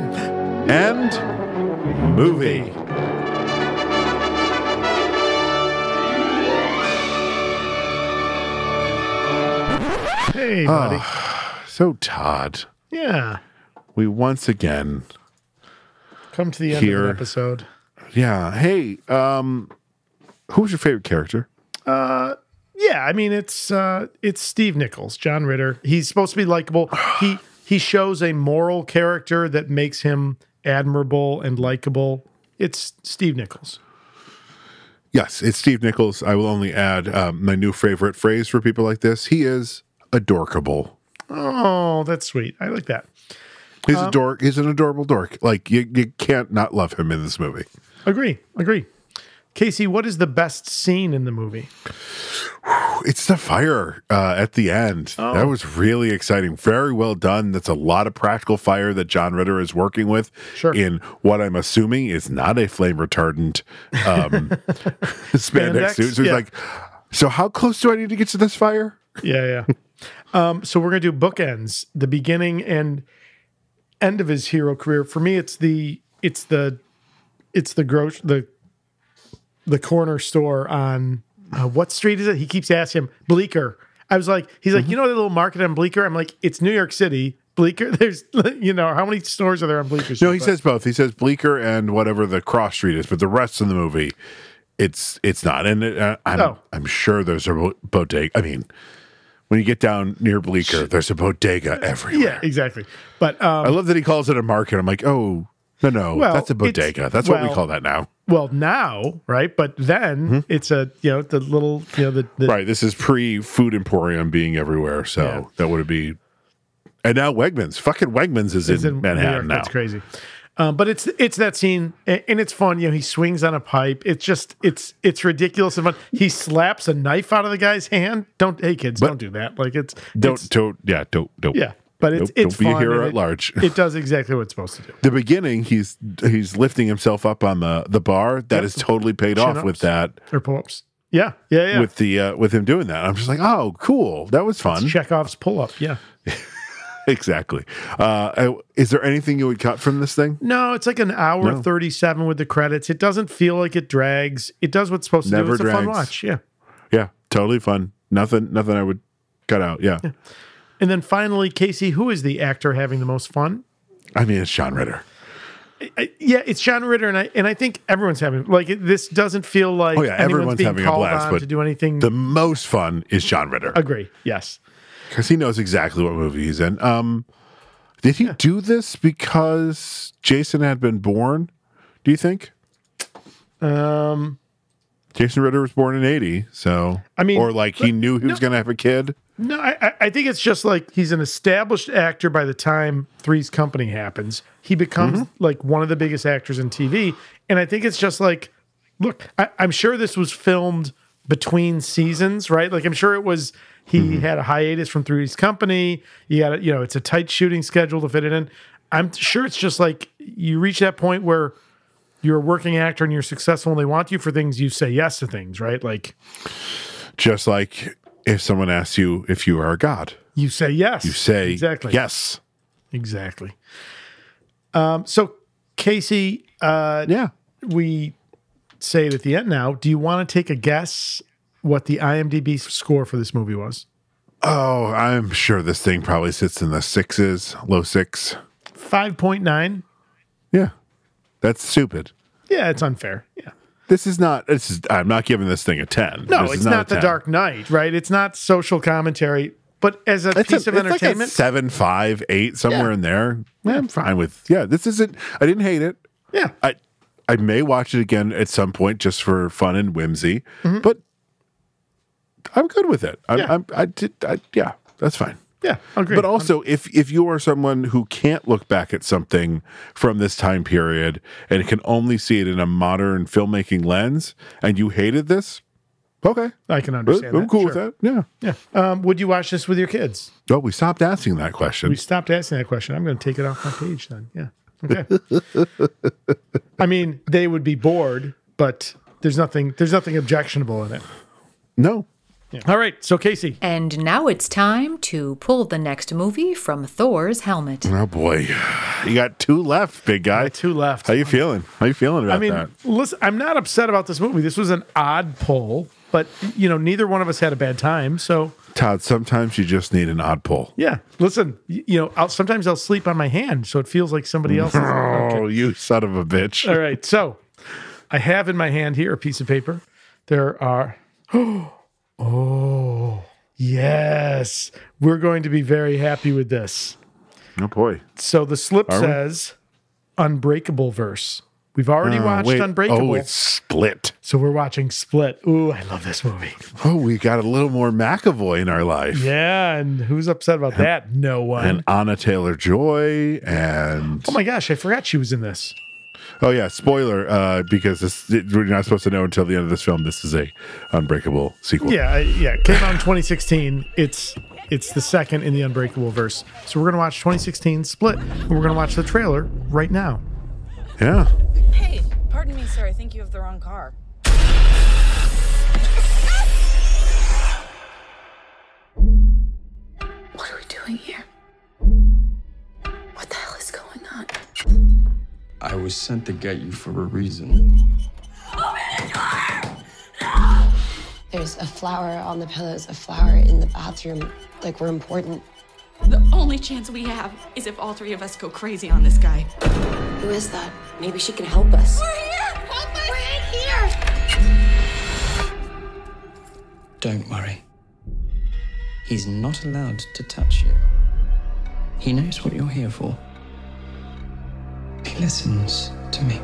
Speaker 2: end movie.
Speaker 3: Hey, buddy.
Speaker 2: So Todd,
Speaker 3: yeah.
Speaker 2: we once again
Speaker 3: Come to the end of
Speaker 2: Here.
Speaker 3: the episode.
Speaker 2: Yeah. Hey, um who's your favorite character?
Speaker 3: Yeah, I mean it's uh it's Steve Nichols, John Ritter. He's supposed to be likable. He he shows a moral character that makes him admirable and likable. It's Steve Nichols.
Speaker 2: Yes, it's Steve Nichols. I will only add um, my new favorite phrase for people like this. He is adorkable.
Speaker 3: Oh, that's sweet. I like that.
Speaker 2: He's a dork. He's an adorable dork. Like you, you can't not love him in this movie.
Speaker 3: Agree. Agree. Casey, what is the best scene in the movie?
Speaker 2: It's the fire uh, at the end.
Speaker 3: Oh.
Speaker 2: That was really exciting. Very well done. That's a lot of practical fire that John Ritter is working with
Speaker 3: Sure.
Speaker 2: in what I'm assuming is not a flame retardant um, spandex
Speaker 3: Spandex?
Speaker 2: suit. So he's
Speaker 3: Yeah.
Speaker 2: like, so how close do I need to get to this fire?
Speaker 3: Yeah, yeah. um, so we're gonna do bookends, the beginning and end of his hero career. For me, it's the it's the it's the grocery the the corner store on uh, what street is it? He keeps asking him Bleecker. I was like, he's like, you know the little market on Bleecker? I'm like, it's New York City. Bleecker, there's you know how many stores are there on Bleecker?
Speaker 2: No,
Speaker 3: Street?
Speaker 2: he
Speaker 3: But-
Speaker 2: says both. He says Bleecker and whatever the cross street is, but the rest of the movie, it's it's not. And it, uh, I'm
Speaker 3: Oh.
Speaker 2: I'm sure there's a bo- bodega. I mean, when you get down near Bleecker, there's a bodega everywhere.
Speaker 3: yeah, exactly. But um,
Speaker 2: I love that he calls it a market. I'm like, oh no, no,
Speaker 3: Well,
Speaker 2: that's a
Speaker 3: it's-
Speaker 2: bodega. That's what we
Speaker 3: well,
Speaker 2: call that now.
Speaker 3: well now, right? But then it's a you know the little you know the, the
Speaker 2: Right. This is pre Food Emporium being everywhere, so
Speaker 3: Yeah.
Speaker 2: that would be. And now Wegmans, fucking Wegmans is,
Speaker 3: is
Speaker 2: in,
Speaker 3: in New
Speaker 2: Manhattan
Speaker 3: York.
Speaker 2: now.
Speaker 3: That's crazy. Um, but it's it's that scene, a- and it's fun. You know, he swings on a pipe. It's just it's it's ridiculous and fun. He slaps a knife out of the guy's hand. Don't hey kids, don't do that. Like it's
Speaker 2: Don't,
Speaker 3: it's-
Speaker 2: don't, yeah, don't, don't.
Speaker 3: yeah. But it's
Speaker 2: Nope,
Speaker 3: it's
Speaker 2: don't be a
Speaker 3: fun,
Speaker 2: hero
Speaker 3: and
Speaker 2: at
Speaker 3: it-
Speaker 2: large.
Speaker 3: It does exactly what it's supposed to do.
Speaker 2: the beginning, he's he's lifting himself up on the the bar. That is totally paid off with
Speaker 3: Chin-ups.
Speaker 2: that,
Speaker 3: Or pull ups. Yeah, yeah, yeah.
Speaker 2: with the uh, with him doing that. I'm just like, oh, cool, that was fun.
Speaker 3: Chekhov's pull up. Yeah.
Speaker 2: Exactly. Uh, I- is there anything you would cut from this thing?
Speaker 3: No, it's like an hour
Speaker 2: No.
Speaker 3: 37 with the credits. It doesn't feel like it drags. It does what's supposed to do.
Speaker 2: Never
Speaker 3: It's a fun
Speaker 2: drags.
Speaker 3: watch. Yeah.
Speaker 2: Yeah, totally fun. Nothing, nothing I would cut out. Yeah,
Speaker 3: And then finally, Casey, who is the actor having the most fun?
Speaker 2: I mean, it's Sean Ritter.
Speaker 3: I, yeah, it's John Ritter, and I and I think everyone's having like it- this doesn't feel like
Speaker 2: Oh yeah,
Speaker 3: anyone's
Speaker 2: everyone's
Speaker 3: being
Speaker 2: having a
Speaker 3: called
Speaker 2: blast,
Speaker 3: on
Speaker 2: but
Speaker 3: to do anything.
Speaker 2: The most fun is Sean Ritter
Speaker 3: Agree. Yes.
Speaker 2: because he knows exactly what movie he's in. Um, did he do this because Jason had been born? Do you think
Speaker 3: Um.
Speaker 2: Jason Ritter was born in eighty? So
Speaker 3: I mean,
Speaker 2: or like he knew he was going to have a kid.
Speaker 3: No, I, I- I think it's just like he's an established actor by the time Three's Company happens. He becomes
Speaker 2: Mm-hmm.
Speaker 3: like one of the biggest actors in TV. And I think it's just like, look, I, I'm sure this was filmed between seasons, right? Like, I'm sure it was, he
Speaker 2: Mm-hmm.
Speaker 3: had a hiatus from Three's Company. You got to, you know, it's a tight shooting schedule to fit it in. I'm sure it's just like you reach that point where you're a working actor and you're successful and they want you for things, you say yes to things, right? Like,
Speaker 2: Just like if someone asks you if you are a god,
Speaker 3: you say yes.
Speaker 2: you say
Speaker 3: exactly.
Speaker 2: yes.
Speaker 3: Exactly. Um, so, Casey, uh,
Speaker 2: Yeah,
Speaker 3: we say it at the end now. Do you want to take a guess what the IMDb score for this movie was?
Speaker 2: Oh, I'm sure this thing probably sits in the sixes, low six.
Speaker 3: 5.9?
Speaker 2: Yeah. That's stupid.
Speaker 3: Yeah, it's unfair. Yeah.
Speaker 2: This is not this is I'm not giving this thing a 10.
Speaker 3: No,
Speaker 2: This is
Speaker 3: it's not,
Speaker 2: a
Speaker 3: The
Speaker 2: 10.
Speaker 3: Dark Knight, right? It's not social commentary, but as a
Speaker 2: It's a-
Speaker 3: piece of
Speaker 2: it's like a
Speaker 3: entertainment.
Speaker 2: seven, five, eight, somewhere
Speaker 3: Yeah.
Speaker 2: in there.
Speaker 3: Yeah,
Speaker 2: I'm fine with. Yeah, this isn't. I didn't hate it.
Speaker 3: yeah.
Speaker 2: I I may watch it again at some point just for fun and whimsy, but I'm good with it. I'm,
Speaker 3: Mm-hmm. Yeah.
Speaker 2: I'm I did. I, yeah, that's fine.
Speaker 3: Yeah. Agree.
Speaker 2: But also, if if you are someone who can't look back at something from this time period and can only see it in a modern filmmaking lens, and you hated this, okay,
Speaker 3: I can
Speaker 2: I'm
Speaker 3: understand that.
Speaker 2: cool with
Speaker 3: sure.
Speaker 2: that. Yeah.
Speaker 3: Yeah. Um, would you watch this with your kids?
Speaker 2: Well, we stopped asking that question.
Speaker 3: We stopped asking that question. I'm going to take it off my page then. Yeah. Okay. I mean, they would be bored, but there's nothing there's nothing objectionable in it.
Speaker 2: no.
Speaker 3: All right. So Casey,
Speaker 11: And now it's time to pull the next movie from Thor's helmet.
Speaker 2: Oh boy, you got two left, big guy.
Speaker 3: two left.
Speaker 2: How you feeling? How you feeling about
Speaker 3: I mean,
Speaker 2: that?
Speaker 3: listen, I'm not upset about this movie. This was an odd pull, but you know, neither one of us had a bad time. So
Speaker 2: Todd, sometimes you just need an odd pull.
Speaker 3: yeah, listen, y- you know, I'll, sometimes I'll sleep on my hand, so it feels like somebody else. Is, okay.
Speaker 2: Oh, you son of a bitch.
Speaker 3: All right. So I have in my hand here a piece of paper. There are. Oh, yes. We're going to be very happy with this.
Speaker 2: Oh boy.
Speaker 3: So the slip
Speaker 2: Are we?
Speaker 3: says Unbreakable verse. We've already watched
Speaker 2: Wait.
Speaker 3: Unbreakable.
Speaker 2: Oh, it's split.
Speaker 3: so we're watching Split. Ooh, I love this movie.
Speaker 2: Oh, we got a little more McAvoy in our life.
Speaker 3: Yeah. And who's upset about that? No one.
Speaker 2: and Anna Taylor Joy and
Speaker 3: oh my gosh, I forgot she was in this.
Speaker 2: oh yeah, spoiler uh, because this we're not supposed to know until the end of this film. This is a Unbreakable sequel.
Speaker 3: Yeah, I- yeah. It Came out in 2016. It's it's the second in the Unbreakable verse. So we're gonna watch 2016 Split. And we're gonna watch the trailer right now.
Speaker 2: yeah.
Speaker 12: Hey, pardon me, sir. I think you have the wrong car.
Speaker 11: What are we doing here? What the hell is going on?
Speaker 6: I was sent to get you for a reason.
Speaker 12: There's a flower on the pillows, a flower in the bathroom. Like, we're important.
Speaker 5: The only chance we have is if all three of us go crazy on this guy.
Speaker 12: Who is that? Maybe she can help us.
Speaker 6: Don't worry. He's not allowed to touch you. He knows what you're here for. He listens to me.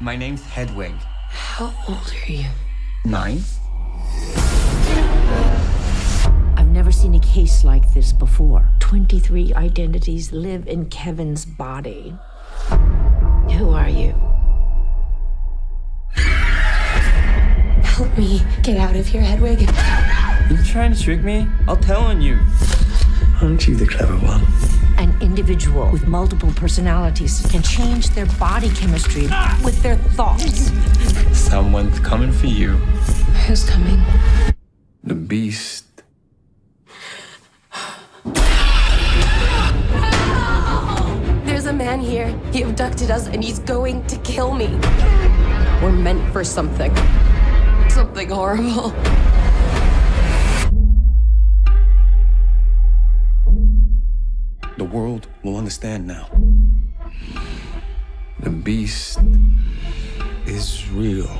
Speaker 6: My name's Hedwig.
Speaker 12: How old are you?
Speaker 6: Nine.
Speaker 11: I've never
Speaker 13: seen a case like this before. 23 identities live in Kevin's body.
Speaker 12: Who are you? Help me get out of here, Hedwig.
Speaker 6: You trying to trick me? I'll tell on you. Aren't you the clever one?
Speaker 13: An individual with multiple personalities can change their body chemistry with their thoughts.
Speaker 6: Someone's coming for you.
Speaker 12: Who's coming?
Speaker 6: The beast.
Speaker 12: There's a man here. He abducted us and he's going to kill me. We're meant for something. Something horrible.
Speaker 6: The world will understand now. The beast is real.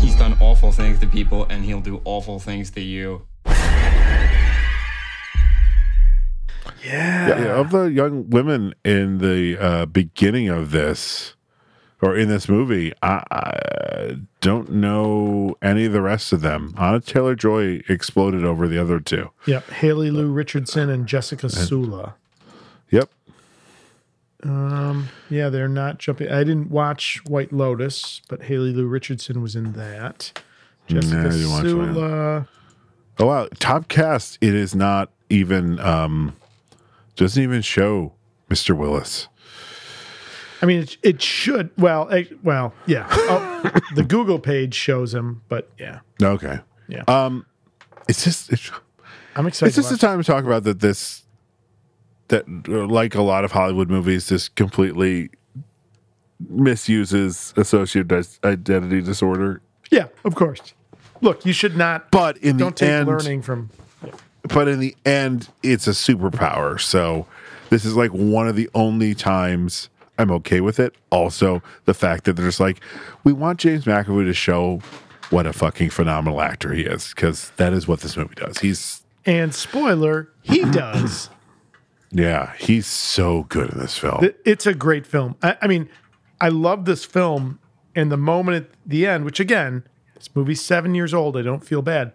Speaker 6: He's done awful things to people, and he'll do awful things to you.
Speaker 3: Yeah.
Speaker 2: yeah, of the young women in the uh, beginning of this or in this movie, I, I don't know any of the rest of them. Anna Taylor Joy exploded over the other two.
Speaker 3: Yep. Haley Lou Richardson and Jessica Sula.
Speaker 2: Yep.
Speaker 3: Um, yeah, they're not jumping. I didn't watch White Lotus, but Haley Lou Richardson was in that. Jessica
Speaker 2: Nah, I didn't watch that.
Speaker 3: Sula.
Speaker 2: Oh wow, top cast. It is not even um, doesn't even show Mr. Willis.
Speaker 3: I mean, it, it should. Well, it, well, yeah. Oh, the Google page shows him, but yeah,
Speaker 2: Okay.
Speaker 3: Yeah.
Speaker 2: Um, it's just it's,
Speaker 3: I'm excited.
Speaker 2: It's just the
Speaker 3: about-
Speaker 2: time to talk about that. This that uh, like a lot of Hollywood movies, this completely misuses associative dis- identity disorder.
Speaker 3: Yeah, of course. Look, you should not.
Speaker 2: But in the
Speaker 3: don't take
Speaker 2: end-
Speaker 3: learning from.
Speaker 2: But in the end, it's a superpower. So this is like one of the only times I'm okay with it. Also, the fact that they're just like, we want James McAvoy to show what a fucking phenomenal actor he is, because that is what this movie does. He's
Speaker 3: And spoiler, he does.
Speaker 2: yeah, he's so good in this film.
Speaker 3: Th- It's a great film. I, I mean, I love this film and the moment at the end, which again, this movie's seven years old. I don't feel bad.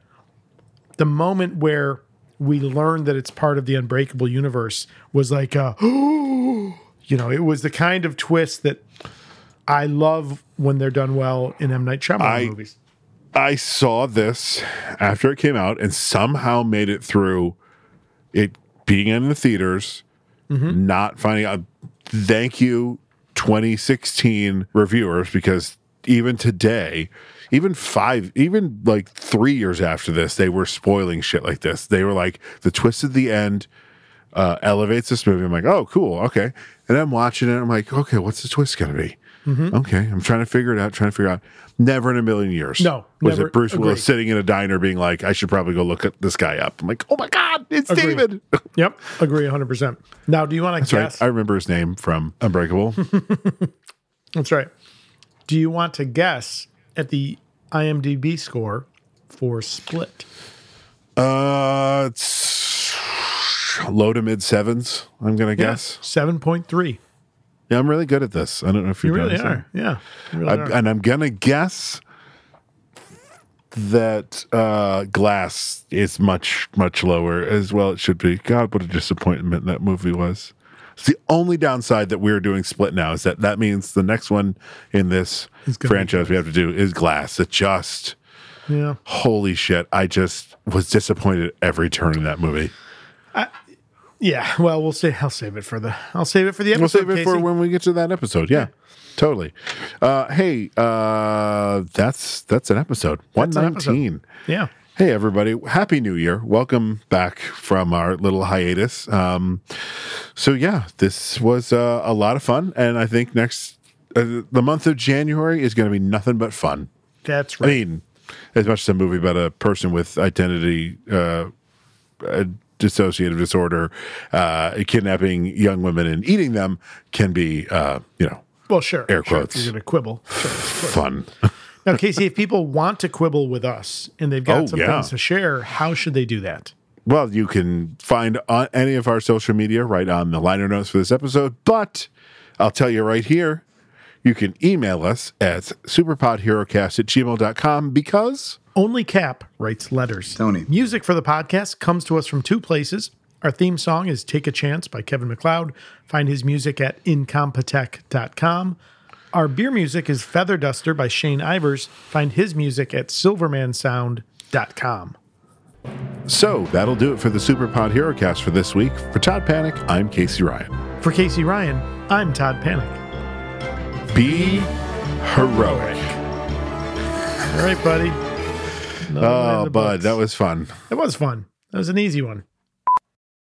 Speaker 3: The moment where we learned that it's part of the Unbreakable universe was like, uh, you know, it was the kind of twist that I love when they're done well in M. Night Shyamalan
Speaker 2: I-
Speaker 3: movies.
Speaker 2: I saw this after it came out and somehow made it through it being in the theaters, not finding out. Thank you, 2016 reviewers, because even today, even five, even like three years after this, they were spoiling shit like this. They were like, the twist at the end uh, elevates this movie. I'm like, oh, cool, okay. And I'm watching it. I'm like, okay, what's the twist going to be?
Speaker 3: Mhm.
Speaker 2: Okay, I'm trying to figure it out. Trying to figure out. Never in a million years.
Speaker 3: No,
Speaker 2: was
Speaker 3: never.
Speaker 2: it Bruce
Speaker 3: Agreed.
Speaker 2: Willis sitting in a diner, being like, "I should probably go look at this guy up." I'm like, "Oh my god, it's
Speaker 3: Agree.
Speaker 2: David!"
Speaker 3: Yep, agree 100%. Now, do you want to
Speaker 2: That's
Speaker 3: guess?
Speaker 2: right. I remember his name from Unbreakable.
Speaker 3: That's right. Do you want to guess at the IMDb score for Split?
Speaker 2: uh, it's low to mid sevens. I'm gonna guess.
Speaker 3: Seven point three.
Speaker 2: Yeah, I'm really good at this. I don't know if
Speaker 3: You
Speaker 2: you're
Speaker 3: really are. Yeah. you really
Speaker 2: I,
Speaker 3: are.
Speaker 2: and I'm gonna guess that uh, Glass is much much lower as well. It should be. God, what a disappointment that movie was. It's the only downside that we're doing split now is that that means the next one in this
Speaker 3: gonna be
Speaker 2: franchise we have to do is Glass. It just
Speaker 3: yeah.
Speaker 2: holy shit! I just was disappointed at every turn in that movie.
Speaker 3: Yeah. Well, we'll say I'll save it for the I'll save it for the
Speaker 2: we'll
Speaker 3: episode.
Speaker 2: save it for
Speaker 3: Casey.
Speaker 2: when we get to that episode. Yeah, totally. Uh, hey, uh, that's that's an episode one
Speaker 3: That's an episode.
Speaker 2: nineteen.
Speaker 3: Yeah.
Speaker 2: Hey, everybody. Happy New Year. Welcome back from our little hiatus. Um, so, yeah, this was uh, a lot of fun. And I think next, uh, the month of January is going to be nothing but fun.
Speaker 3: That's
Speaker 2: I
Speaker 3: right.
Speaker 2: mean, as much as a movie about a person with identity, uh, uh, dissociative disorder, uh, kidnapping young women and eating them can be, uh, you know,
Speaker 3: Well, sure.
Speaker 2: air
Speaker 3: sure,
Speaker 2: quotes.
Speaker 3: If you're gonna quibble. Sure, of course.
Speaker 2: fun.
Speaker 3: now, Casey, if people want to quibble with us and they've got
Speaker 2: Oh,
Speaker 3: some
Speaker 2: yeah.
Speaker 3: things to share, how should they do that?
Speaker 2: Well, you can find on any of our social media right on the liner notes for this episode, but I'll tell you right here You can email us at superpodherocast at gmail.com because
Speaker 3: only Cap writes letters. Tony. Music for the podcast comes to us from two places. Our theme song is Take a Chance by Kevin McLeod. Find his music at incompetech.com. Our beer music is Feather Duster by Shane Ivers. Find his music at silvermansound.com.
Speaker 2: So that'll do it for the Superpod HeroCast for this week. For Todd Panic, I'm Casey Ryan.
Speaker 3: For Casey Ryan, I'm Todd Panic.
Speaker 2: Be heroic.
Speaker 3: All right, buddy. Another one in
Speaker 2: Oh,
Speaker 3: the
Speaker 2: bud,
Speaker 3: books.
Speaker 2: that was fun.
Speaker 3: That was fun. That was an easy one.